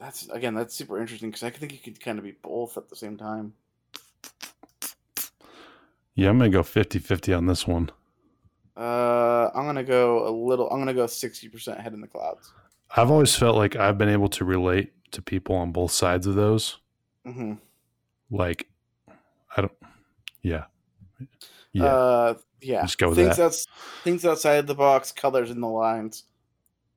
That's again, that's super interesting because I think you could kind of be both at the same time. Yeah, I'm gonna go 50-50 on this one. Uh, I'm gonna go a little. I'm gonna go sixty percent head in the clouds. I've always felt like I've been able to relate to people on both sides of those. Mm-hmm. Like I don't yeah. Yeah. Yeah. Uh, yeah. Just go with things that. outs- things outside the box, colors in the lines.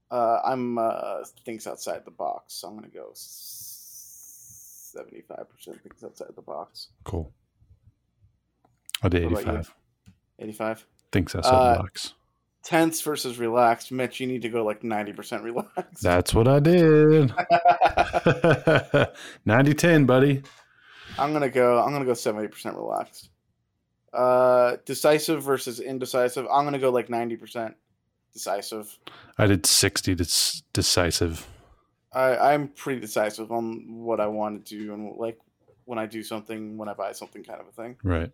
Uh, I'm uh, things outside the box, so I'm gonna go seventy-five percent things outside the box. Cool. I did What about you? 85. Eighty-five. Thinks outside Uh, the box. Tense versus relaxed, Mitch. You need to go like ninety percent relaxed. That's what I did. <laughs> 90 10, buddy. <laughs> I'm gonna go. I'm gonna go seventy percent relaxed. Uh, decisive versus indecisive. I'm gonna go like ninety percent decisive. I did 60 dis- decisive. I, I'm pretty decisive on what I want to do and like when I do something, when I buy something, kind of a thing. Right.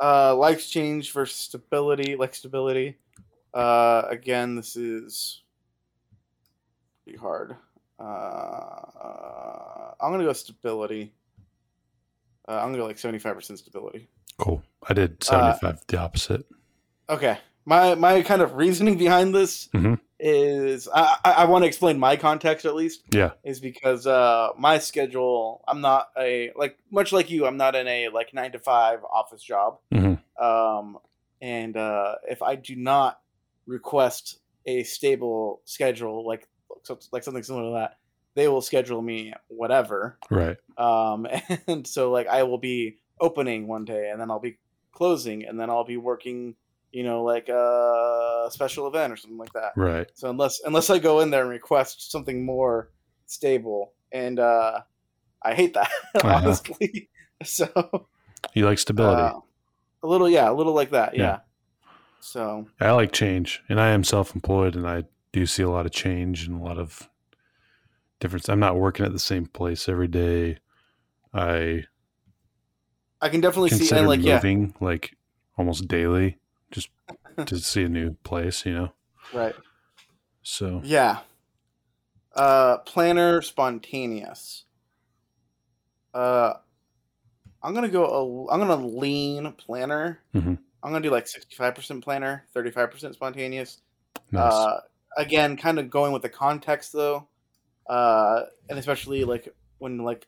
Uh, likes change versus stability. Like stability. Uh, again, this is pretty hard. Uh, I'm gonna go stability. Uh, I'm gonna go like 75% stability. Cool. I did Uh, 75 the opposite. Okay. My my kind of reasoning behind this Mhm. is I, I, I want to explain my context at least. Yeah. Is because uh my schedule I'm not a like much like you, I'm not in a like nine to five office job. Mhm. Um and uh if I do not request a stable schedule like so- like something similar to that, they will schedule me whatever Right. um, <laughs> and so like I will be opening one day, and then I'll be closing, and then I'll be working, you know, like a special event or something like that. Right. So unless unless I go in there and request something more stable, and uh, I hate that <laughs> Uh-huh. honestly. <laughs> So You like stability. uh, a little, yeah, a little like that, yeah. Yeah. So I like change, and I am self-employed, and I do see a lot of change and a lot of difference. I'm not working at the same place every day. I I can definitely see, consider and like, yeah, moving like almost daily, <laughs> just to see a new place. You know, right, so yeah. Uh, planner, spontaneous. Uh, I'm gonna go. A, I'm gonna lean planner. Mhm. I'm gonna do like 65% planner, 35% spontaneous. nice. Uh, again, kind of going with the context though, uh, and especially like when like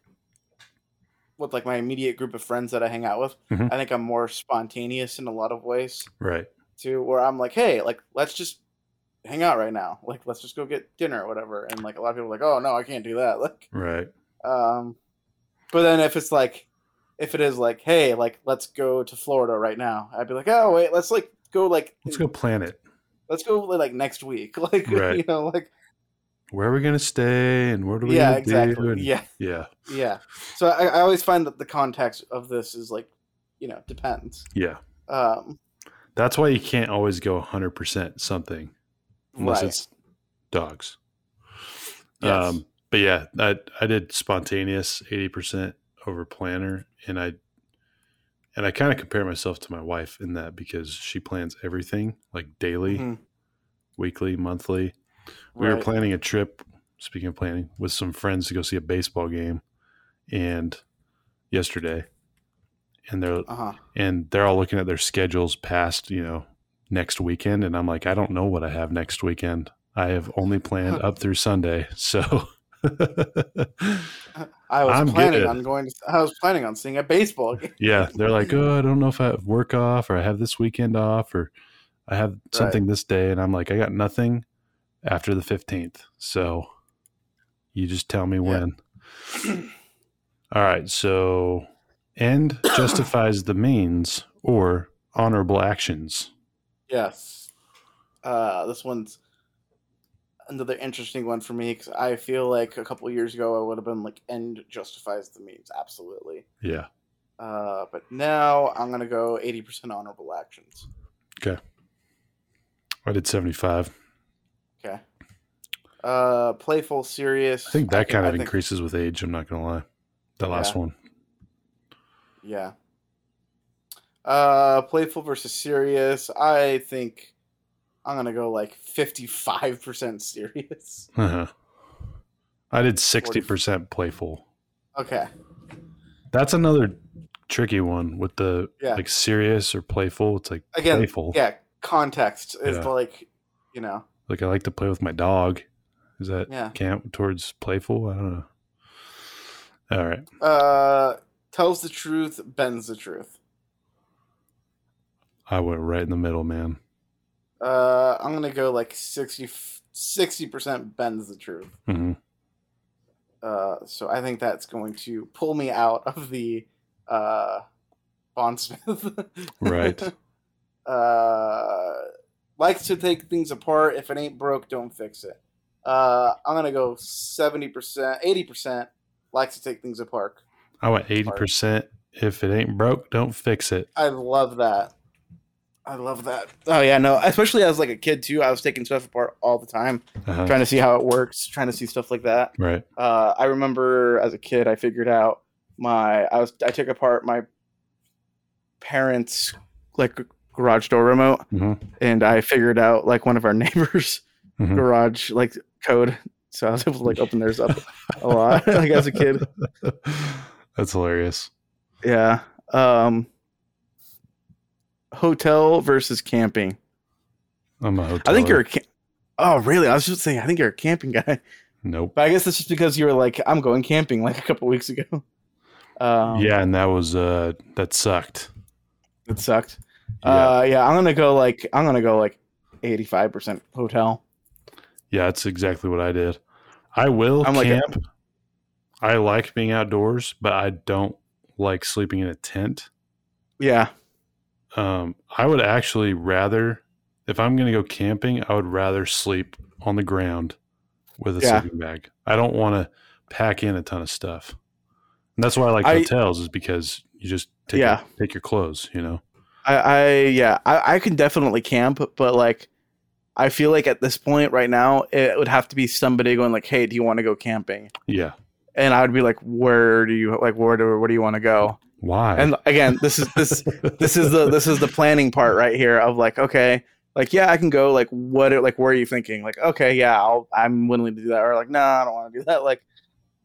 with like my immediate group of friends that I hang out with, Mhm. I think I'm more spontaneous in a lot of ways right. too, where I'm like, hey, like let's just hang out right now, like let's just go get dinner or whatever, and like a lot of people are like, oh no, I can't do that, <laughs> like Right. um, but then if it's like, if it is like, hey, like let's go to Florida right now, I'd be like, oh wait, let's like go like Let's go plan it. let's go like next week, <laughs> like Right. you know, like Where are we gonna stay, and what are we yeah, gonna do? exactly, and- yeah, yeah, yeah. So I, I always find that the context of this is like, you know, depends. yeah. Um, That's why you can't always go 100 percent something unless right. it's dogs. Yes. Um, but yeah, I I did spontaneous eighty percent over planner, and I and I kind of compare myself to my wife in that because she plans everything like daily, Mhm. weekly, monthly. We were Right. planning a trip. Speaking of planning, with some friends to go see a baseball game, and yesterday, and they're Uh huh. and they're all looking at their schedules past you know next weekend and i'm like i don't know what i have next weekend i have only planned up through sunday <laughs> so I was I'm planning good. on going. To, I was planning on seeing a baseball game. <laughs> yeah they're like oh i don't know if i have work off or i have this weekend off or i have something this day and i'm like i got nothing after the 15th so you just tell me when <clears throat> all right so end justifies the means or honorable actions Yes. Uh, this one's another interesting one for me because I feel like a couple years ago I would have been like end justifies the means absolutely. Yeah. Uh, but now I'm gonna go 80% honorable actions. I did 75. Okay. Uh, playful, serious. I think that kind of I think- increases with age. I'm not going to lie. That last one. Yeah. Uh, playful versus serious. I think I'm gonna go like 55% <laughs> serious. Uh-huh. I did 60% playful. Okay. That's another tricky one with the Yeah. like serious or playful. It's like Again, playful. yeah. Context is Yeah. like, you know. Like I like to play with my dog. Is that Yeah. camp towards playful? I don't know. All right. Uh, tells the truth, bends the truth. I went right in the middle, man. Uh, I'm gonna go like 60 percent bends the truth. hmm Uh, so I think that's going to pull me out of the uh, bondsmith. Right. <laughs> uh, likes to take things apart. If it ain't broke, don't fix it. Uh, I'm gonna go seventy percent, eighty percent. Likes to take things apart. I went 80%. If it ain't broke, don't fix it. I love that. I love that. Oh yeah, no, especially as like a kid too. I was taking stuff apart all the time, Uh-huh. trying to see how it works, trying to see stuff like that. Right. Uh, I remember as a kid, I figured out my I was I took apart my parents' like garage door remote, hmm and I figured out like one of our <laughs> neighbors' Mhm. garage like code. So I was able to like open theirs up a lot, <laughs> <laughs> like as a kid. <laughs> That's hilarious. Yeah. Um, hotel versus camping. I'm a hotel. I think you're a ca- Oh, really? I was just saying, I think you're a camping guy. <laughs> nope. But I guess that's just because you were like, I'm going camping like a couple weeks ago. <laughs> Um, yeah, and that was uh that sucked. It sucked. Yeah, Uh, yeah, I'm going to go like, I'm going to go like 85% hotel. yeah, that's exactly what I did. I will I'm like a- camp. I like being outdoors, but I don't like sleeping in a tent. Yeah. Um, I would actually rather, if I'm going to go camping, I would rather sleep on the ground with a Yeah. sleeping bag. I don't want to pack in a ton of stuff. And that's why I like I- hotels is because you just take Yeah. your, take your clothes, you know. I, I yeah, I, I can definitely camp, but like, I feel like at this point right now, it would have to be somebody going like, hey, do you want to go camping? Yeah. And I would be like, where do you like, where do, where do you want to go? Why? and again this is this this is the this is the planning part right here of like okay like yeah i can go like what are- like where are you thinking like okay yeah I'll, i'm willing to do that or like no i don't want to do that like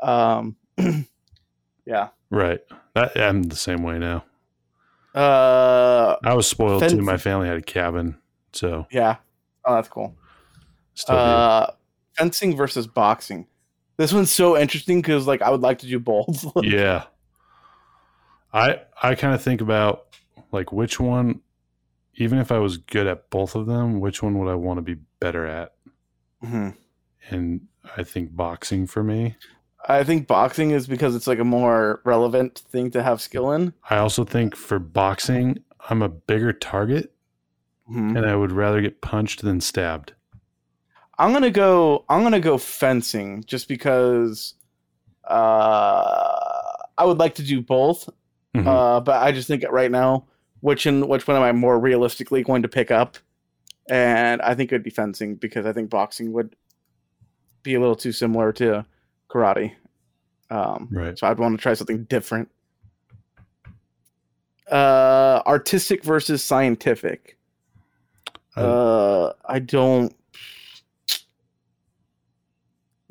um yeah Right. That, I'm the same way now. uh I was spoiled too. Fence- My family had a cabin, so yeah oh that's cool still do. uh fencing versus boxing this one's so interesting because like i would like to do both <laughs> yeah. I I kind of think about like which one, even if I was good at both of them, which one would I want to be better at? Mhm. And I think boxing for me. i think boxing is because it's like a more relevant thing to have skill in I also think for boxing, I'm a bigger target, Mhm. and I would rather get punched than stabbed. I'm gonna go. I'm gonna go fencing just because. Uh, I would like to do both, Mhm. uh, but I just think right now, which in which one am I more realistically going to pick up? And I think it would be fencing because I think boxing would be a little too similar to karate. Um, right. so I'd want to try something different. Uh, artistic versus scientific. Uh, I don't.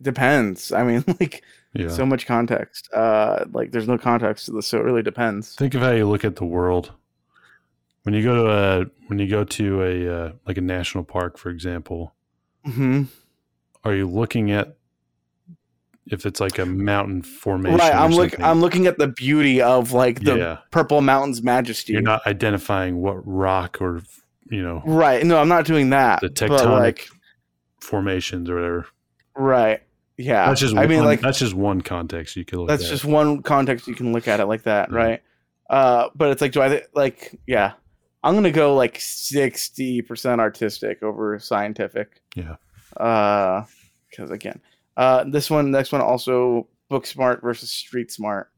Depends. I mean, <laughs> like, Mm-hmm. Yeah. So much context. Uh, like there's no context to this, so it really depends. Think of how you look at the world. When you go to a when you go to a uh, like a national park, for example, hmm are you looking at if it's like a mountain formation? Right. or I'm look. something? I'm looking at the beauty of like the yeah, purple mountain's majesty. you're not identifying what rock or you know Right. No, I'm not doing that. the but, tectonic like, formations or whatever. right. Yeah. That's just I mean, one- like that's just one context you could look that's at. Mm-hmm. just one context you can look at it like that, Yeah. right? Uh, but it's like, do I thi- like? Yeah, I'm gonna go like sixty percent artistic over scientific. Yeah. Because again, uh, this one, next one, also book smart versus street smart.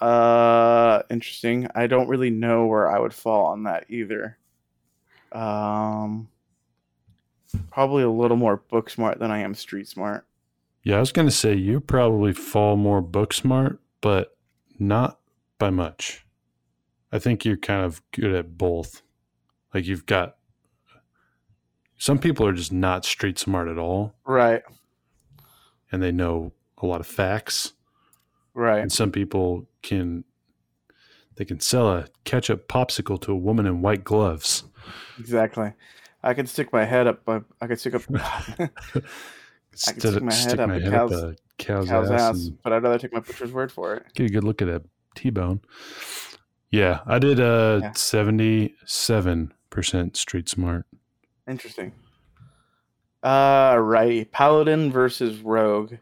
Uh, interesting. I don't really know where I would fall on that either. Um, probably a little more book smart than I am street smart. Yeah, I was gonna say you probably fall more book smart, but not by much. I think you're kind of good at both. Like you've got some people are just not street smart at all, Right. and they know a lot of facts. Right. And some people can they can sell a ketchup popsicle to a woman in white gloves. Exactly. I could stick my head up. but I could stick up Stick, stick my head up a cow's- a cow's, cow's ass ass, and but I'd rather take my butcher's word for it. get a good look at a T-bone. Yeah, I did uh Yeah. seventy-seven percent street smart. Interesting. Uh, righty. Paladin versus rogue.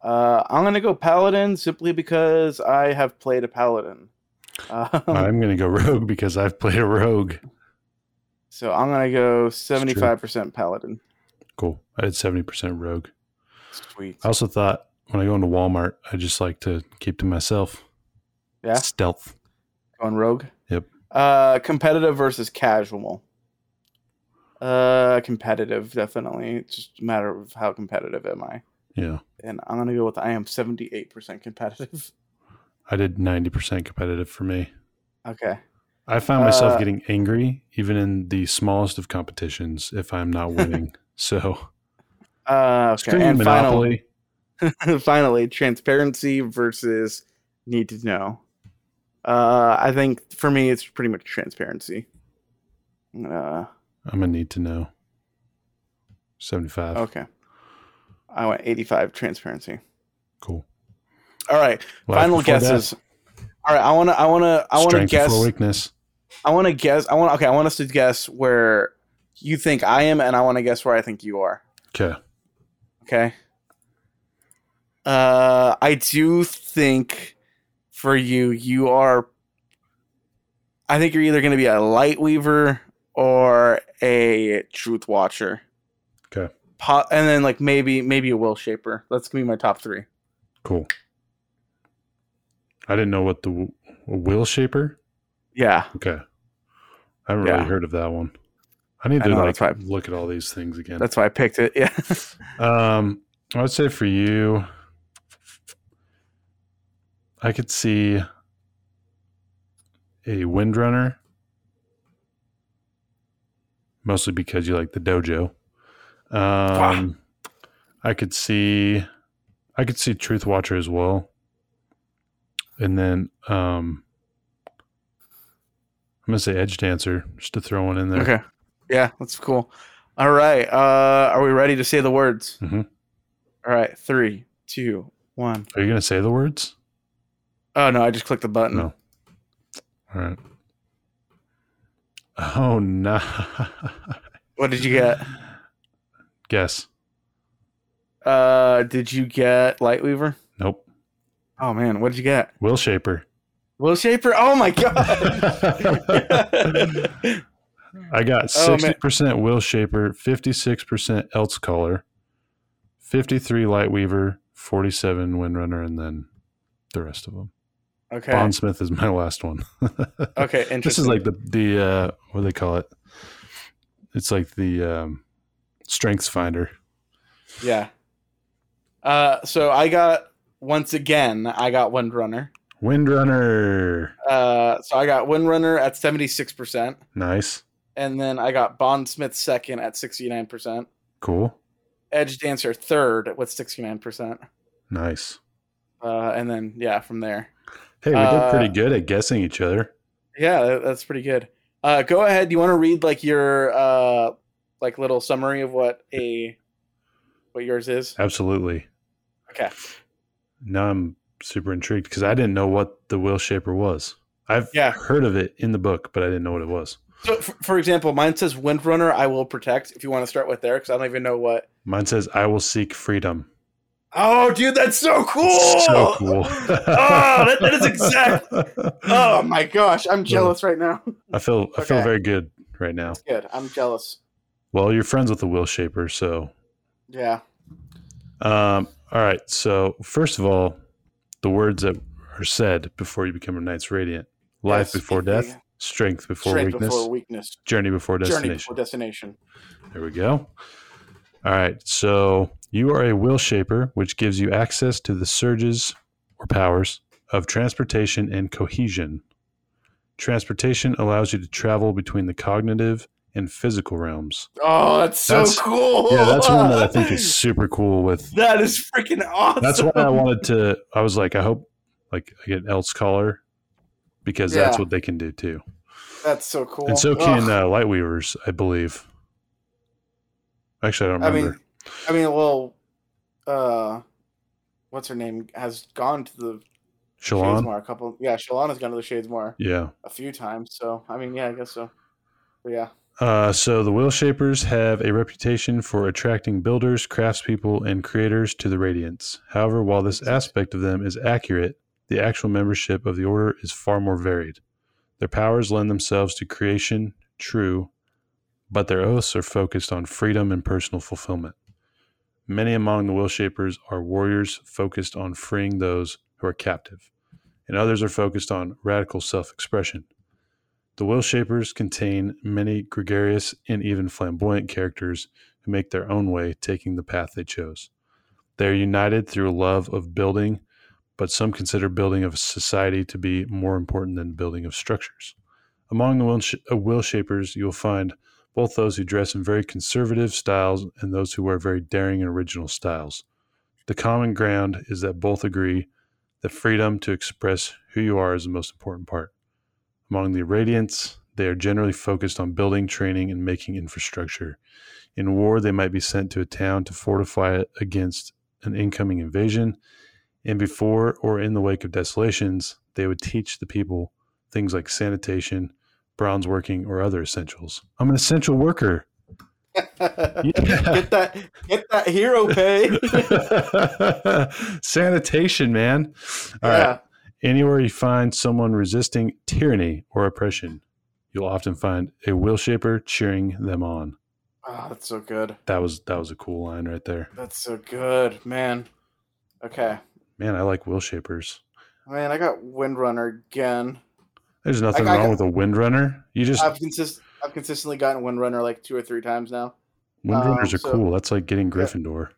Uh, I'm gonna go paladin simply because I have played a paladin. Um, I'm gonna go <laughs> rogue because I've played a rogue. so I'm gonna go 75% paladin. Cool. I did seventy percent rogue. Sweet. I also thought when I go into Walmart, I just like to keep to myself. Yeah. Stealth. On Rogue. Yep. Uh, competitive versus casual. Uh, competitive definitely. It's just a matter of how competitive am I, Yeah. and I'm gonna go with I am 78% competitive. <laughs> I did ninety percent competitive for me. Okay. I found myself Uh, getting angry even in the smallest of competitions if I'm <laughs> not winning. so Uh, okay. screw you, And finally, <laughs> Monopoly. finally, transparency versus need to know. Uh, I think for me, it's pretty much transparency. Uh, I'm gonna need to know. Seventy-five. okay. I went 85 transparency. Cool. All right. Life Final before death. guesses. All right, I want to, I want to, I want to Strength before guess. weakness. I want to guess. I want. Okay, I want us to guess where you think I am, and I want to guess where I think you are. Okay. Okay. Uh, I do think for you, you are. I think you're either going to be a light weaver or a truth watcher. Okay. Po- and then like maybe maybe a will shaper. That's gonna be my top three. Cool. I didn't know what the w- a wheel shaper. Yeah. Okay. I haven't Yeah. really heard of that one. I need I to know, like that's right. look at all these things again. That's why I picked it. Yeah. um, I would say for you, I could see a windrunner, mostly because you like the dojo. Um, I could see, I could see Truth Watcher as well, and then um, I'm gonna say Edge Dancer just to throw one in <laughs> there. Okay. Yeah, that's cool. All right. Uh, are we ready to say the words? Mhm. All right. Three, two, one. Are you gonna say the words? Oh no! I just clicked the button. No. All right. Oh no! What did you get? Guess. Uh, did you get Lightweaver? Nope. Oh man, what did you get? <laughs> Will Shaper. Will Shaper? Oh my <laughs> god! I got Oh, man. sixty percent Will Shaper, fifty-six percent Else Caller, fifty-three Lightweaver, forty-seven Windrunner, and then the rest of them. okay. Bondsmith is my last one. <laughs> Okay. Interesting. this is like the the uh, what do they call it? It's like the um, Strengths Finder. yeah. Uh, so I got once again. I got Windrunner. Windrunner. Uh, so I got Windrunner at seventy six percent, Nice. and then I got Bondsmith second at sixty nine percent. Cool. Edge Dancer third with 69%. Nice. Uh, and then yeah, from there. Hey, we did Uh, pretty good at guessing each other. Yeah, that- that's pretty good. Uh, go ahead. Do you want to read like your uh, like little summary of what a what yours is? Absolutely. Okay. Now I'm super intrigued because I didn't know what the wheel shaper was. I've Yeah. heard of it in the book, but I didn't know what it was. So, f- for example, mine says Windrunner. I will protect. If you want to start with there, because I don't even know what. Mine says, I will seek freedom. Oh, dude, that's so cool! Oh, Ah, It's So <laughs> cool. that- that is <laughs> exactly- Oh my gosh, I'm jealous right now. <laughs> I feel I feel Okay. very good right now. Good, I'm jealous. Well, you're friends with the wheel shaper, so Yeah. Um, all right. So first of all, the words that are said before you become a Knight's Radiant: life Yes, before yeah. death, strength before Strength weakness, before weakness. journey before destination. Journey before destination. there we go. All right. So you are a will shaper, which gives you access to the surges or powers of transportation and cohesion. Transportation allows you to travel between the cognitive and physical realms. Oh, that's so That's- cool. Yeah, that's one that I think is super cool with <laughs> That is freaking awesome. <laughs> That's why I wanted to. I was like, I hope like I get else caller because that's Yeah. what they can do too, That's so cool. and so can Ugh. uh, light weavers, I believe. Actually, I don't I remember. mean, I mean, well, uh, what's her name has gone to the Shalon, Shadesmar a couple. Yeah, Shalon has gone to the Shadesmar yeah. a few times. So I mean, yeah, I guess so. But yeah, Uh, so the wheel shapers have a reputation for attracting builders, craftspeople, and creators to the Radiance. However, while this aspect of them is accurate, the actual membership of the order is far more varied. Their powers lend themselves to creation, true, but their oaths are focused on freedom and personal fulfillment. Many among the wheel shapers are warriors focused on freeing those who are captive, and others are focused on radical self-expression. The will shapers contain many gregarious and even flamboyant characters who make their own way, taking the path they chose. They are united through love of building, but some consider building of society to be more important than building of structures. Among the will, sh- uh, will shapers, you'll find both those who dress in very conservative styles and those who wear very daring and original styles. The common ground is that both agree that freedom to express who you are is the most important part. Among the Radiants, they are generally focused on building, training, and making infrastructure. In war, they might be sent to a town to fortify it against an incoming invasion. And before or in the wake of desolations, they would teach the people things like sanitation, bronze working, or other essentials. I'm an essential worker. <laughs> get that, get that hero pay. <laughs> sanitation, man. All right. yeah, Anywhere you find someone resisting tyranny or oppression, you'll often find a will shaper cheering them on. oh, that's so good. That was that was a cool line right there. That's so good, man. Okay, Man, I like will shapers. man, I got Windrunner again. There's nothing I- I- wrong with a windrunner. You just I've consist, I've consistently gotten Windrunner like two or three times now. windrunners um, are so- cool. That's like getting Gryffindor.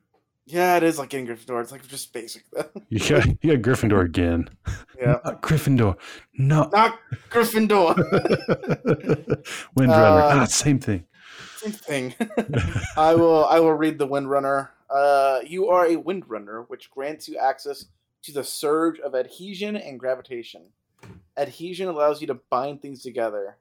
Yeah, it is like getting Gryffindor. It's like just basic. <laughs> You got you got Gryffindor again. yeah, Not Gryffindor. <laughs> No not Gryffindor. <laughs> Windrunner. Uh, ah, same thing. Same thing. I will I will read the Windrunner. Uh, you are a Windrunner, which grants you access to the surge of adhesion and gravitation. Adhesion allows you to bind things together.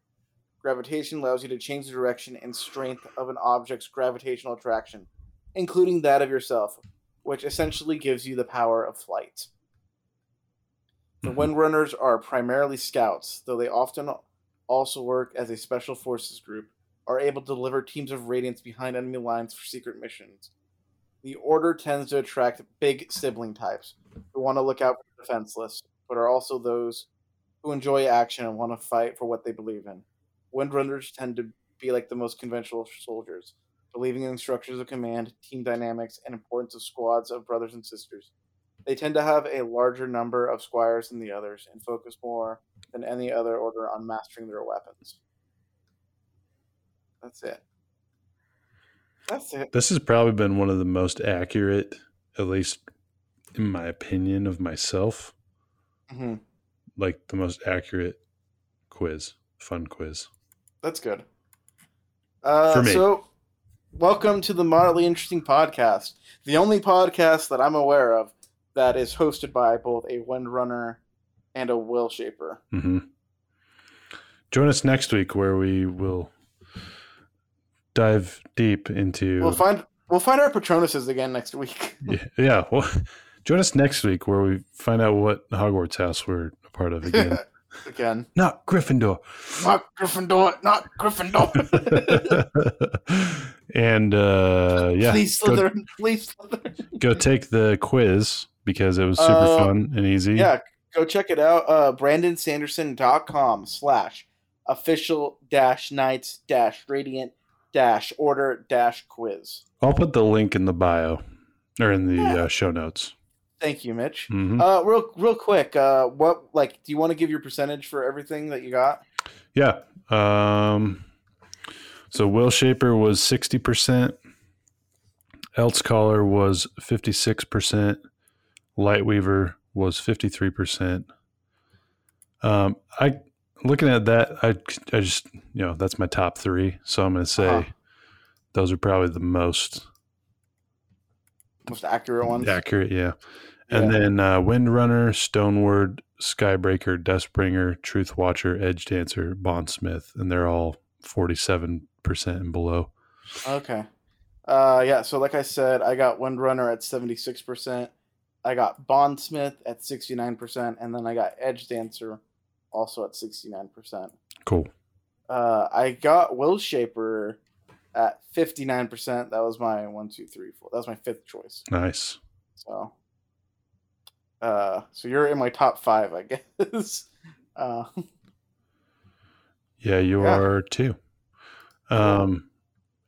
Gravitation allows you to change the direction and strength of an object's gravitational attraction, including that of yourself, which essentially gives you the power of flight. The Windrunners are primarily scouts, though they often also work as a special forces group are able to deliver teams of Radiants behind enemy lines for secret missions. The Order tends to attract big sibling types who want to look out for the defenseless, but are also those who enjoy action and want to fight for what they believe in. Windrunners tend to be like the most conventional soldiers, believing in structures of command, team dynamics, and importance of squads of brothers and sisters. They tend to have a larger number of squires than the others, and focus more than any other order on mastering their weapons. That's it. That's it. This has probably been one of the most accurate, at least in my opinion of myself. Mm-hmm. hmm like the most accurate quiz, fun quiz. That's good. Uh, For me. So, welcome to the Moderately Interesting Podcast, the only podcast that I'm aware of that is hosted by both a windrunner and a will shaper. hmm Join us next week where we will dive deep into. We'll find we'll find our patronuses again next week. <laughs> yeah, yeah. Well, <laughs> join us next week where we find out what Hogwarts house we're a part of <laughs> again. <laughs> again, Not Gryffindor. <laughs> not Gryffindor, not Gryffindor. and uh, <laughs> yeah, please go, Slytherin, please Slytherin. go take the quiz because it was super Uh, fun and easy. Yeah, go check it out. Uh, BrandonSanderson.com slash official dash knights dash radiant dash order dash quiz. I'll put the link in the bio or in the uh, show notes. Thank you, Mitch. hmm Uh, real, real quick. Uh, what like? Do you want to give your percentage for everything that you got? Yeah. Um, so Will Shaper was 60%. Else Caller was 56%. Lightweaver was 53%. Um, I looking at that, I, I just, you know, that's my top three. So I'm going to say Uh-huh. those are probably the most Most accurate ones. accurate. Yeah. And Yeah. then uh, Windrunner, Stoneward, Skybreaker, Deathbringer, Truth Watcher, Edge Dancer, Bondsmith, and they're all forty-seven percent and below. Okay. Uh, yeah. So like I said, I got Windrunner at seventy six percent. I got Bondsmith at sixty nine percent, and then I got Edge Dancer, also at sixty nine percent. Cool. Uh, I got Will Shaper at fifty nine percent. That was my one, two, three, four. That was my fifth choice. Nice. So, uh, so you're in my top five, I <laughs> guess. Uh, Yeah, you Yeah. are too. Um,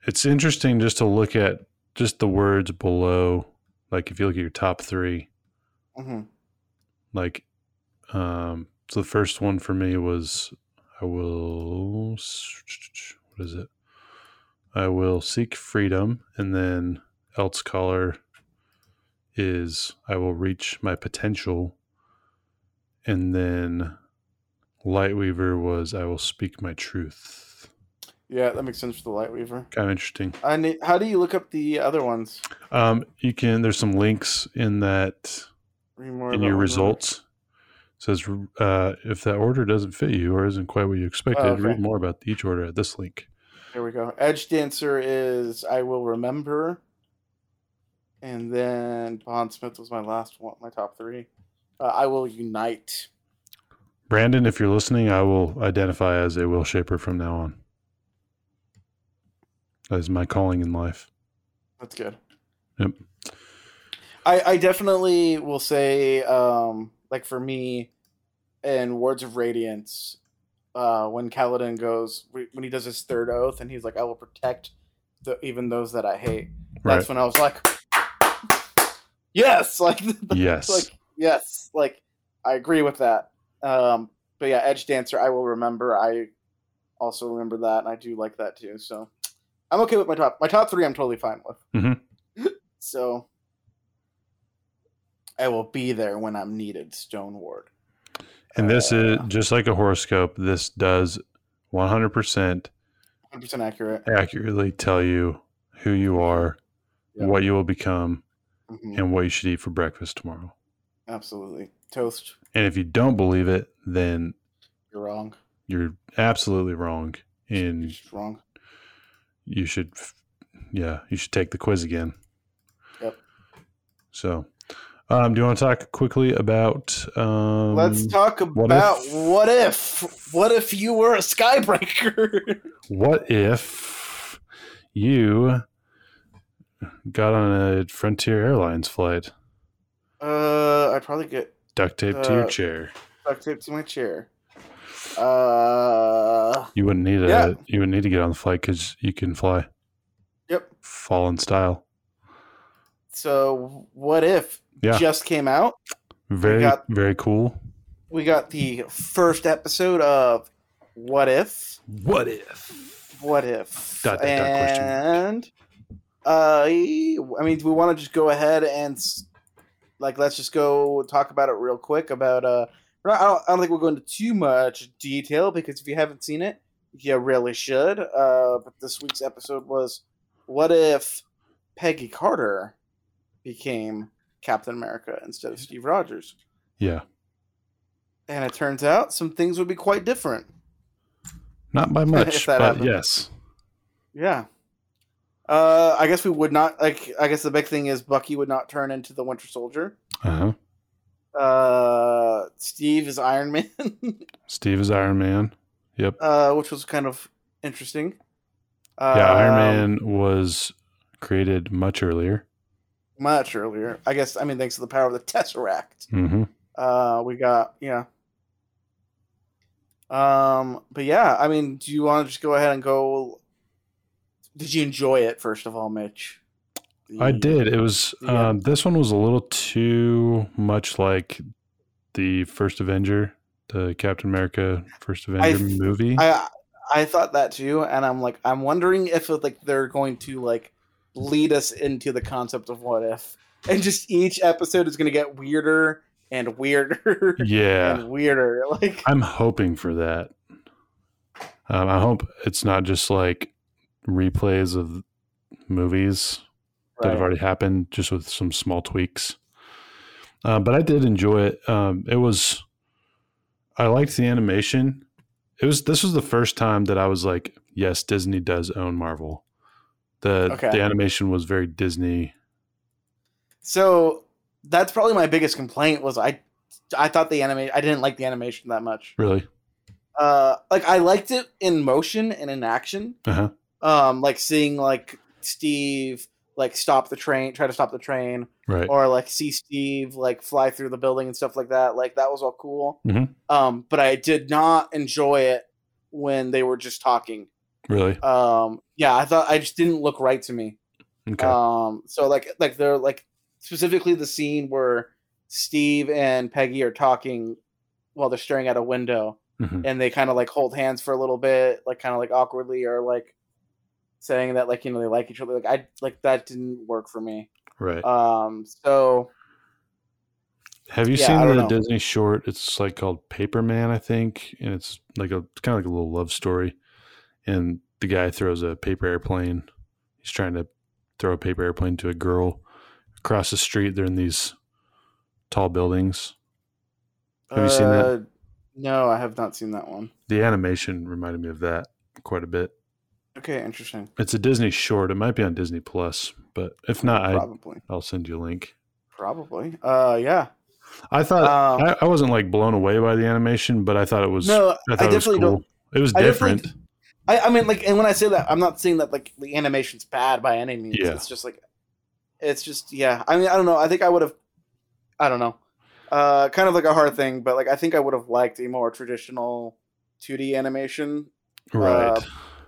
it's interesting just to look at just the words below. Like if you look at your top three, mhm. like um, so the first one for me was I will what is it? I will seek freedom, and then else collar is I will reach my potential, and then Lightweaver was I will speak my truth. Yeah, that makes sense for the Lightweaver. Kind of interesting. I need, how do you look up the other ones? Um, you can there's some links in that Read more in about your Windrunner. results says uh, if that order doesn't fit you or isn't quite what you expected, Oh, okay. read more about each order at this link. There we go. Edge Dancer is I Will Remember. And then Bond Smith was my last one, my top three. Uh, I Will Unite. Brandon, if you're listening, I will identify as a will shaper from now on. That is my calling in life. That's good. Yep. I, I definitely will say, um, like for me, in Words of Radiance, uh, when Kaladin goes, when he does his third oath and he's like, I will protect the, even those that I hate. <laughs> Right. That's when I was like, yes, <laughs> like Yes. like yes, like I agree with that. Um, but yeah, Edge Dancer, I will remember. I also remember that, and I do like that too. So I'm okay with my top. My top three, I'm totally fine with. Mhm. <laughs> So I will be there when I'm needed, Stoneward. and this is uh, just like a horoscope, this does 100% 100 percent accurate. accurately tell you who you are, Yeah. what you will become, Mhm, and what you should eat for breakfast tomorrow. Absolutely, toast. And if you don't believe it, then You're wrong. you're absolutely wrong You're and just wrong. you should f- yeah you should take the quiz again Yep. so um, do you want to talk quickly about um, Let's talk what about if- what if what if you were a skybreaker? <laughs> what if you got on a frontier airlines flight uh, I'd probably get duct tape to your Uh, chair duct taped to my chair. Uh, you wouldn't need a yeah. you would not need to get on the flight because you can fly Yep. fall in style so what if Yeah. just came out? very got- very cool We got the first episode of What If? what if What if? Dot, dot, dot, question mark. and uh, I mean, do we want to just go ahead and s- like let's just go talk about it real quick about uh. we're not- I don't, I don't think we'll go into too much detail because if you haven't seen it, you really should. Uh, but this week's episode was what if Peggy Carter became Captain America instead of Steve Rogers. Yeah. And it turns out some things would be quite different. <laughs> Not by much, that but happens. yes. Yeah. Uh, I guess we would not like. I guess the big thing is Bucky would not turn into the Winter Soldier. Uh huh. Uh, Steve is Iron Man, <laughs> Steve is Iron Man. Yep. uh, which was kind of interesting. Uh, Yeah, Iron Man was created much earlier. much earlier. I guess I mean thanks to the power of the Tesseract. Mm-hmm. Uh, we got yeah. Um, but yeah, I mean, do you want to just go ahead and go? Did you enjoy it first of all, Mitch? I The- did. It was Yeah. um, this one was a little too much like the first Avenger, the Captain America first Avenger th- movie. I I thought that too, and I'm like, I'm wondering if like they're going to like lead us into the concept of what if, and just each episode is going to get weirder and <laughs> weirder <laughs> yeah, and weirder. Like, I'm hoping for that. Um, I hope it's not just like replays of movies that have Right. already happened, just with some small tweaks. Uh, but I did enjoy it. Um, it was, I liked the animation. It was this was the first time that I was like, yes, Disney does own Marvel. The Okay. the animation was very Disney. so that's probably my biggest complaint was I I thought the anime I didn't like the animation that much. Really, Uh, like I liked it in motion and in action, uh-huh. um, like seeing like Steve like stop the train, try to stop the train, right? or like see Steve like fly through the building and stuff like that. Like that was all cool. Mhm. Um, but I did not enjoy it when they were just talking. really? Um, yeah, I thought I just didn't look right to me. Okay. Um, so like like they're like specifically the scene where Steve and Peggy are talking while they're staring at a window Mhm. and they kind of like hold hands for a little bit, like kind of like awkwardly or like saying that like you know they like each other. Like I like that didn't work for me. Right. Um, so Have you yeah, I seen don't the know. Disney short? It's like called Paper Man, I think, and it's like a kind of like a little love story. And the guy throws a paper airplane. He's trying to throw a paper airplane to a girl across the street. They're in these tall buildings. Have you seen that? Uh, No, I have not seen that one. The animation reminded me of that quite a bit. Okay, interesting. It's a Disney short. It might be on Disney Plus, but if not, I, probably, I'll send you a link. probably. Uh, yeah. I thought Um, Uh, I, I wasn't like blown away by the animation, but I thought it was. no, I I thought it was definitely cool. don't. It was I definitely- different. I, I mean, like, and when I say that, I'm not saying that like the animation's bad by any means. Yeah. It's just like, it's just yeah. I mean, I don't know. I think I would have. I don't know. Uh, kind of like a hard thing, but like I think I would have liked a more traditional 2D animation. right. uh,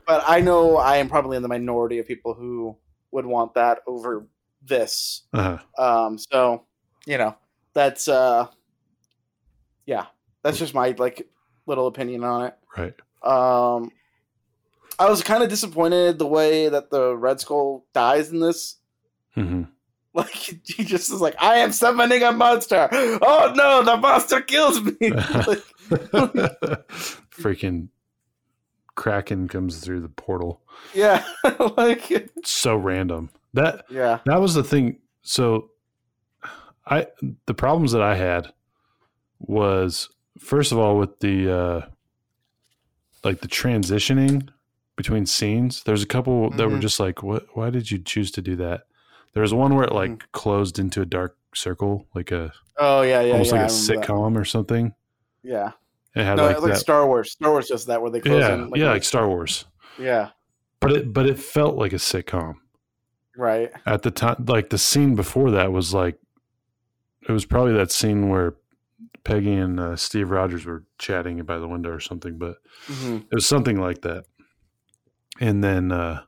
But I know I am probably in the minority of people who would want that over this. Uh-huh. Um, so you know, that's uh, yeah, that's just my like little opinion on it. Right. Um, I was kind of disappointed the way that the Red Skull dies in this. <laughs> hmm Like he just is like, I am summoning a monster. Oh no, the monster kills <laughs> me. like, Freaking Kraken comes through the portal. yeah, <laughs> like So random. That yeah, that was the thing. So I the problems that I had was first of all with the uh like the transitioning between scenes. There's a couple that were Mhm. just like, what why did you choose to do that? There was one where it like Mm-hmm. closed into a dark circle, like a oh yeah, yeah, almost yeah, like I a remember that. sitcom or something. Yeah, It had no, like, like, that. Star Wars. Star Wars does that where they close yeah, in. yeah, like Star Wars. yeah, But it but it felt like a sitcom right. at the time. Like the scene before that was like, it was probably that scene where Peggy and uh, Steve Rogers were chatting by the window or something. But hmm it was something like that. And then, uh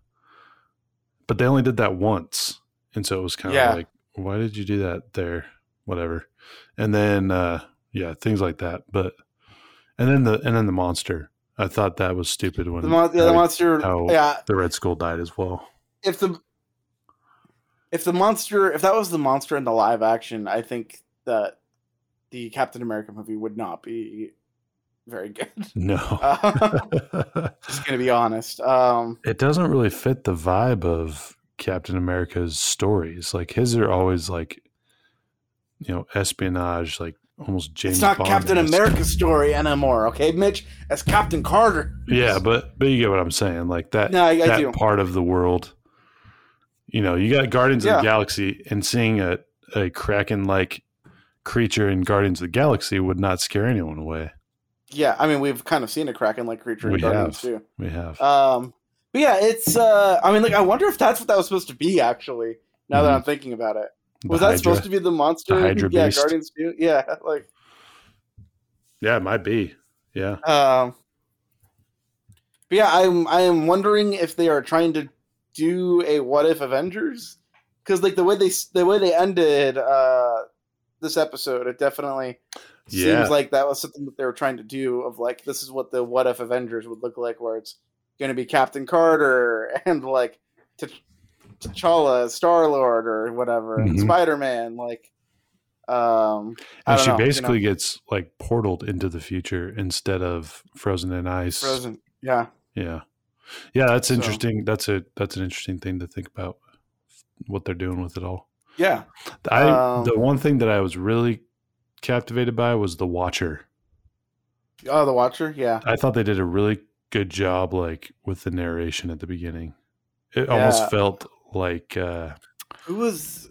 but they only did that once, and so it was kind of Yeah. like, why did you do that there? Whatever. And then, uh yeah, things like that. But and then the and then the monster. I thought that was stupid when The, mon- yeah, how the he- monster. how- yeah, the Red Skull died as well. if the if the monster if that was the monster in the live action, I think that the Captain America movie would not be very good. <laughs> <laughs> No, Uh, just gonna be honest. Um, it doesn't really fit the vibe of Captain America's stories. Like his are always like you know espionage, like almost James. it's not Bond Captain esque. America story anymore, okay, Mitch? That's Captain Carter. Yeah, but but you get what I'm saying. Like that No, I- I that do. part of the world. You know, you got Guardians of Yeah. the Galaxy, and seeing a a kraken like creature in Guardians of the Galaxy would not scare anyone away. Yeah, I mean we've kind of seen a Kraken like creature in We Guardians have. too. We have Um, but yeah, it's. Uh, I mean, like I wonder if that's what that was supposed to be. Actually, now that Mhm. I'm thinking about it, the was that Hydra. supposed to be the monster? the Hydra yeah, beast. Guardians too. <laughs> Yeah, like Yeah, it might be. Yeah, Um, but yeah, I'm I am wondering if they are trying to do a what if Avengers because like the way they s- the way they ended uh, this episode, it definitely Yeah. seems like that was something that they were trying to do of like this is what the what if Avengers would look like, where it's going to be Captain Carter <laughs> and like T- T'Challa, Star Lord, or whatever, and Mhm. Spider Man, like. Um, I and don't she know, you know. basically gets like portaled into the future instead of frozen in ice. Frozen, yeah. Yeah, yeah, that's So- interesting. That's a that's an interesting thing to think about. What they're doing with it all. Yeah. I Um, the one thing that I was really captivated by was the Watcher. Oh, the Watcher. Yeah. I thought they did a really good job, like with the narration at the beginning. It almost Yeah. felt like uh, Who was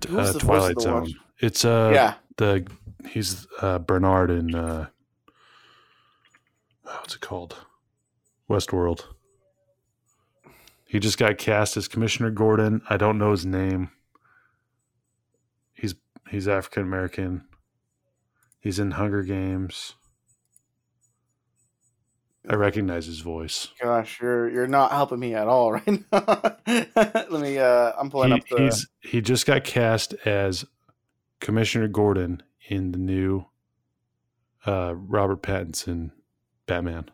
t- Who was the uh, voice of Twilight the Zone. Watcher? It's uh, yeah, the he's uh, Bernard in uh, oh, what's it called? Westworld. He just got cast as Commissioner Gordon. I don't know his name. He's he's African American. He's in Hunger Games. I recognize his voice. gosh, you're you're not helping me at all <laughs> right now. Let me. Uh, I'm pulling He, up the. he's he just got cast as Commissioner Gordon in the new uh, Robert Pattinson Batman.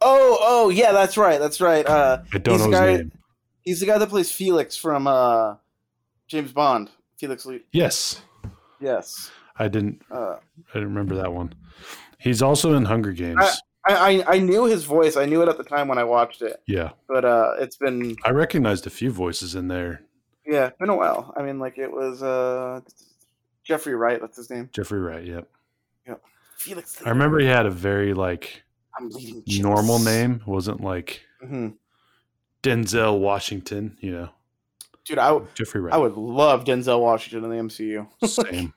Oh, oh, yeah, that's right, that's right. Uh, I don't He's know the his guy- name. he's the guy that plays Felix from uh, James Bond. Felix Lee. Yes, Yes. I didn't. Uh, I didn't remember that one. He's also in Hunger Games. I, I I knew his voice. I knew it at the time when I watched it, yeah, but uh, it's been I recognized a few voices in there. yeah, it's been a while. I mean, like it was uh, Jeffrey Wright. That's his name. Jeffrey Wright. Yep, Felix. Lee. I remember he had a very like I'm leading normal name. wasn't like hmm Denzel Washington. You know, Dude, I, w- Jeffrey Wright. I would love Denzel Washington in the MCU. Same.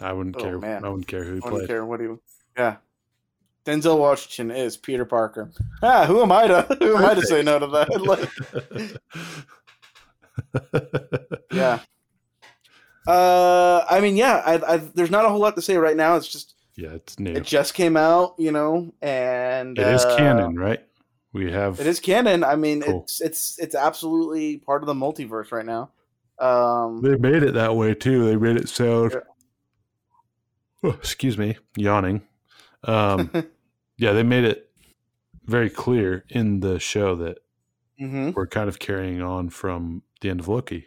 I wouldn't Oh, care. man. I wouldn't care who he I don't played. care what he. Yeah, Denzel Washington is Peter Parker. Ah, who am I to <laughs> who am I to say no to that? <laughs> Like, yeah. Uh, I mean, yeah. I, I, there's not a whole lot to say right now. It's just <laughs> Yeah, it's new. it just came out, you know, and It is uh, canon, right? We have It is canon. I mean, Cool. it's it's it's absolutely part of the multiverse right now. Um, They made it that way too. They made it sound. Yeah. <sighs> Oh, excuse me, yawning. <laughs> Um, yeah, they made it very clear in the show that mhm, we're kind of carrying on from the end of Loki.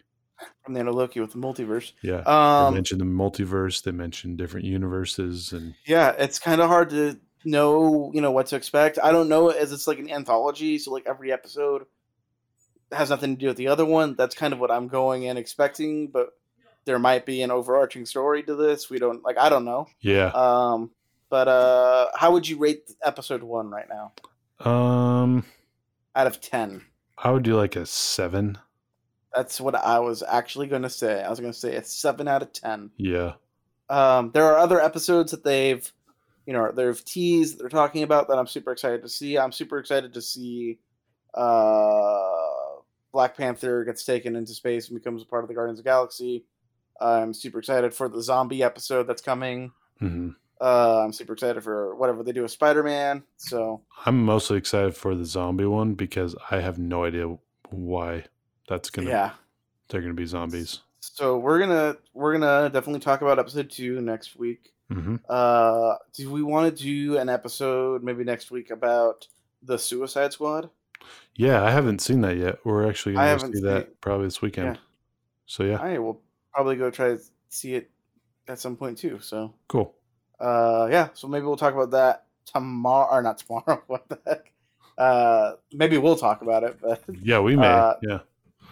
from the end of Loki with the multiverse. Yeah, they Um, mentioned the multiverse. They mentioned different universes, and yeah it's kind of hard to know you know what to expect i don't know as it's like an anthology so like every episode has nothing to do with the other one that's kind of what i'm going and expecting but there might be an overarching story to this we don't like i don't know yeah. um but uh how would you rate episode one right now Um, out of 10 I would do like a seven. that's what i was actually going to say i was going to say it's 7 out of 10 Yeah, um, there are other episodes that they've you know they've teased that they're talking about that i'm super excited to see i'm super excited to see uh, black panther gets taken into space and becomes a part of the guardians of the galaxy i'm super excited for the zombie episode that's coming Mhm. uh, i'm super excited for whatever they do with spider-man so I'm mostly excited for the zombie one because I have no idea why that's gonna. yeah They're gonna be zombies. so we're gonna we're gonna definitely talk about episode two next week hmm uh do we want to do an episode maybe next week about the suicide squad Yeah, I haven't seen that yet. We're I actually going to haven't see seen that it. probably this weekend. Yeah. So yeah, I will probably go try to see it at some point too. So, cool. uh, yeah. So maybe we'll talk about that tomorrow, or not tomorrow. <laughs> What the heck? Uh, maybe we'll talk about it, but <laughs> Yeah, we may. Uh, yeah,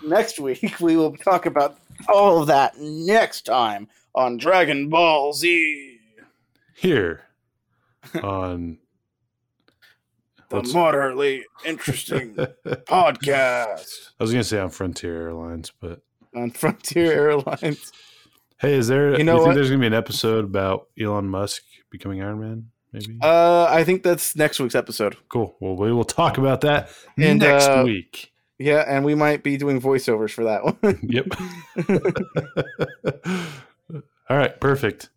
next week we will talk about all of that next time on Dragon Ball Z, here <laughs> on the What's- moderately <laughs> interesting podcast I was gonna say on Frontier Airlines, but on Frontier Airlines. hey, is there? You You know know, what? think there's gonna be an episode about Elon Musk becoming Iron Man? Maybe. Uh, I think that's next week's episode. cool. Well, we will talk about that and, next uh, week. <laughs> Yeah, and we might be doing voiceovers for that one. <laughs> Yep. <laughs> All right. Perfect.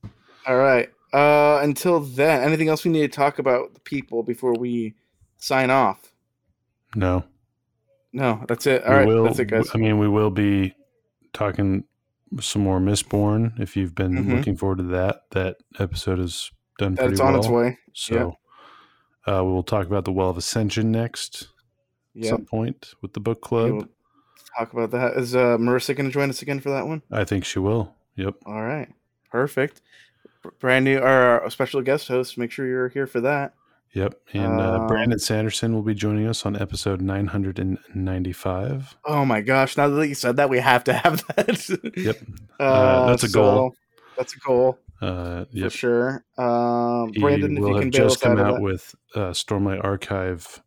All right. Uh, until then, anything else we need to talk about with the people before we sign off? No. No, that's it. All right, we will, that's it, guys. I mean, we will be talking some more Mistborn. If you've been Mhm. looking forward to that, that episode is done That's pretty on well. its way. So uh, we'll talk about the Well of Ascension next. at Yeah. some point with the book we club. will Talk about that. Is uh, Marissa going to join us again for that one? I think she will. Yep. All right. Perfect. B- Brand new, our special guest host. Make sure you're here for that. Yep. And uh, Um, Brandon Sanderson will be joining us on episode 995. Oh my gosh! Now that you said that, we have to have <laughs> that. Yep. Uh, that's a goal. so That's a goal Uh, for yep. sure. Um, He Brandon, if will you have can bail just us out come of out that. with uh, Stormlight Archive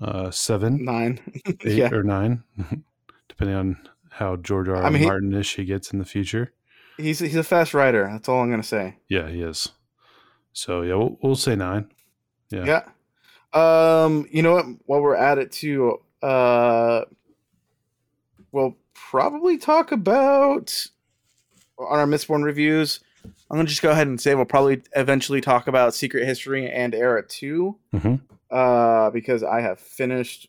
uh, 7, nine. 8, yeah. or 9, <laughs> depending on how George R. I mean, he- Martin ish he gets in the future. He's he's a fast rider. That's all I'm gonna say. Yeah, he is. So, yeah, we'll, we'll say 9. Yeah. Yeah. Um, you know what? While we're at it, too, uh, we'll probably talk about on our Mistborn reviews. I'm gonna just go ahead and say we'll probably eventually talk about Secret History and Era Two, Mhm. uh, because I have finished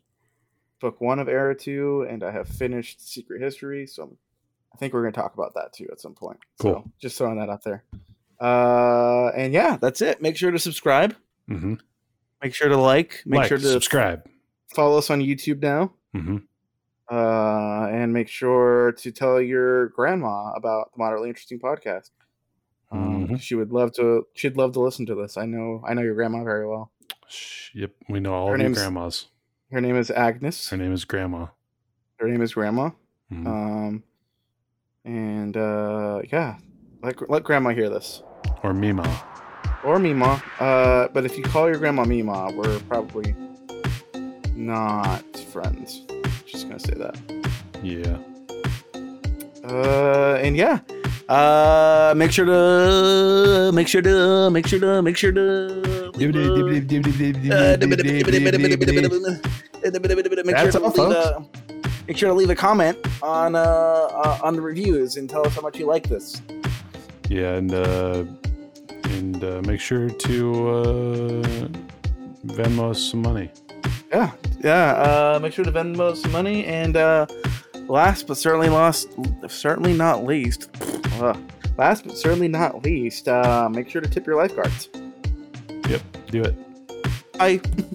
book one of Era Two and I have finished Secret History, so I'm, I think we're gonna talk about that too at some point. So, Cool. just throwing that out there. Uh, and yeah, that's it. Make sure to subscribe. hmm Make sure to like. Make like, sure to subscribe. follow us on YouTube now. hmm Uh, and make sure to tell your grandma about the moderately interesting podcast. Um, Mhm. She would love to. She'd love to listen to this. I know. I know your grandma very well. Sh- Yep, we know all Her of your name's- grandmas. Her name is Agnes. Her name is Grandma. Her name is Grandma. Mhm. Um, and uh, yeah, let let Grandma hear this or Mima. or Mima. Uh, but if you call your grandma Mima, we're probably not friends. Just gonna say that. Yeah. Uh, and yeah, uh, make sure to make sure to make sure to make sure to. Uh, That's That's all, folks. Make sure to leave a comment on uh, uh on the reviews and tell us how much you like this. Yeah, and uh, and uh, make sure to uh, Venmo us some money. Yeah, yeah. Uh, make sure to Venmo some money and uh, last but certainly lost, certainly not least. Ugh. last but certainly not least, uh, make sure to tip your lifeguards. Do it. Bye.